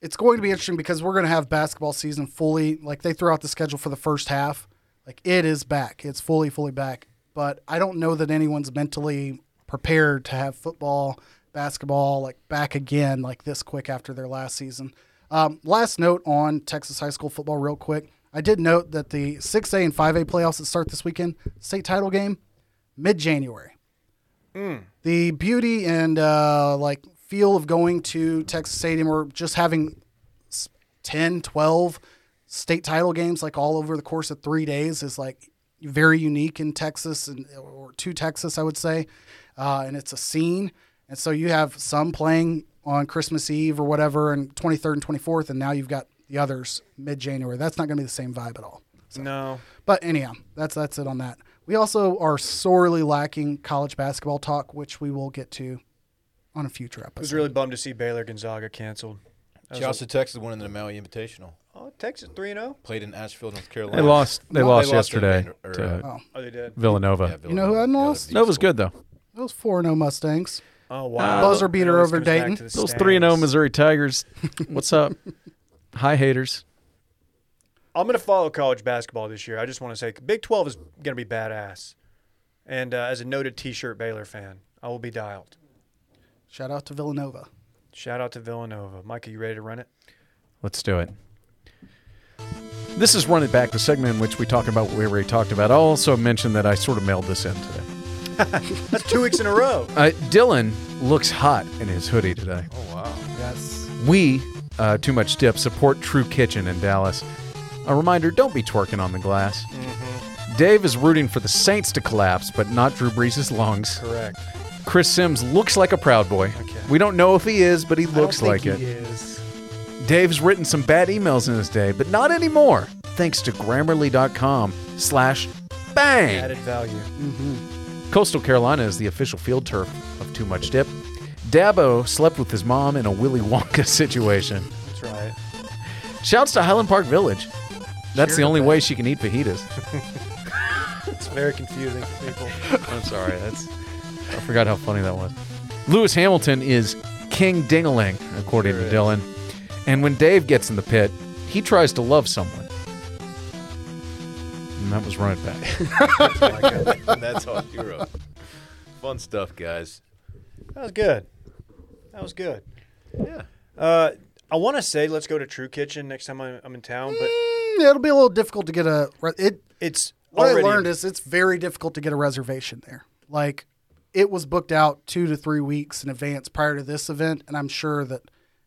it's going to be interesting because we're going to have basketball season fully. Like they threw out the schedule for the first half. Like it is back. It's fully fully back. But I don't know that anyone's mentally prepared to have football, basketball like back again like this quick after their last season. Um, last note on Texas high school football, real quick. I did note that the 6A and 5A playoffs that start this weekend, state title game, mid January the beauty and uh, like feel of going to Texas Stadium or just having s- 10, 12 state title games like all over the course of three days is like very unique in Texas and or to Texas, I would say. Uh, and it's a scene. And so you have some playing on Christmas Eve or whatever and 23rd and 24th, and now you've got the others mid January. That's not going to be the same vibe at all. No, But anyhow, that's that's it on that. We also are sorely lacking college basketball talk, which we will get to on a future I was episode. really bummed to see Baylor Gonzaga canceled. I was Shouts to Texas winning the Maui Invitational. like, oh, Texas three and zero. Played in Asheville, North Carolina. They lost. They Well, lost they lost to yesterday Vander- or, to uh, Oh, they did. Villanova. Yeah, You know who Villanova. hadn't Yeah, lost? they Nova's good though. Those four and zero Mustangs. Oh wow. Buzzer beater It always over comes back Dayton. to the Those three and zero stands. Missouri Tigers. oh What's up? Hi, haters. I'm going to follow college basketball this year. I just want to say Big 12 is going to be badass. And uh, as a noted T-shirt Baylor fan, I will be dialed. Shout out to Villanova. Shout out to Villanova. Micah, you ready to run it? Let's do it. This is Run It Back, the segment in which we talk about what we already talked about. I'll also mention that I sort of mailed this in today. That's two weeks in a row. Uh, Dylan looks hot in his hoodie today. Oh wow. Yes. We, uh, Too Much Dip, support True Kitchen in Dallas. A reminder don't be twerking on the glass. Mm-hmm. Dave is rooting for the Saints to collapse, but not Drew Brees' lungs. Correct. Chris Sims looks like a Proud Boy. Okay. We don't know if he is, but he looks I don't like think it. he is. Dave's written some bad emails in his day, but not anymore, thanks to grammarly.com slash bang. Added value. Coastal Carolina is the official field turf of Too Much Dip. Dabo slept with his mom in a Willy Wonka situation. That's right. Shouts to Highland Park Village. That's the only way she can eat fajitas. It's very confusing for people. I'm sorry. That's I forgot how funny that was. Lewis Hamilton is King Dingaling, according Sure to is. Dylan. And when Dave gets in the pit, he tries to love someone. And that was run it back. Oh That's all you wrote. Fun stuff, guys. That was good. That was good. Yeah. Uh, I want to say let's go to True Kitchen next time I'm, I'm in town, but Mm, it'll be a little difficult to get a. re- It. it's What already I learned is it's very difficult to get a reservation there. Like, it was booked out two to three weeks in advance prior to this event, and I'm sure that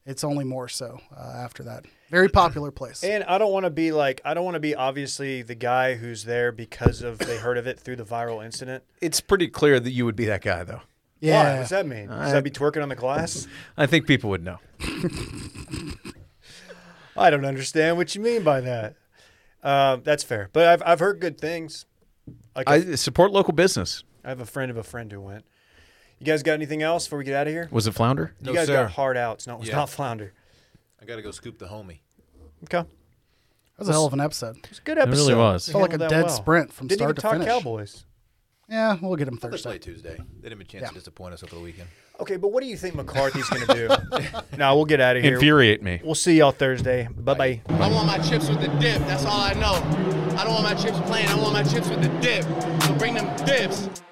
it's only more so uh, after that. Very popular place. And I don't want to be like I don't want to be obviously the guy who's there because of they heard of it through the viral incident. It's pretty clear that you would be that guy, though. Why? yeah. What's that mean? Does that be twerking on the glass? I think people would know. I don't understand what you mean by that. Uh, that's fair, but I've I've heard good things. Like I, I support local business. have a friend of a friend who went. You guys got anything else before we get out of here? Was it flounder? you guys sir. got hard outs. No, it's Yeah. not flounder. I gotta go scoop the homie. Okay, That was a hell of an episode. it's a good episode. was. We Felt like handled a that dead sprint from Didn't start even to talk finish. Cowboys. Yeah, we'll get them They play Thursday. Tuesday. They didn't have a chance to disappoint us over the weekend. Okay, but what do you think McCarthy's going to do? no, we'll get out of here. Infuriate me. We'll see y'all Thursday. Bye bye. I want my chips with the dip. That's all I know. I don't want my chips plain. I want my chips with the dip. So bring them dips.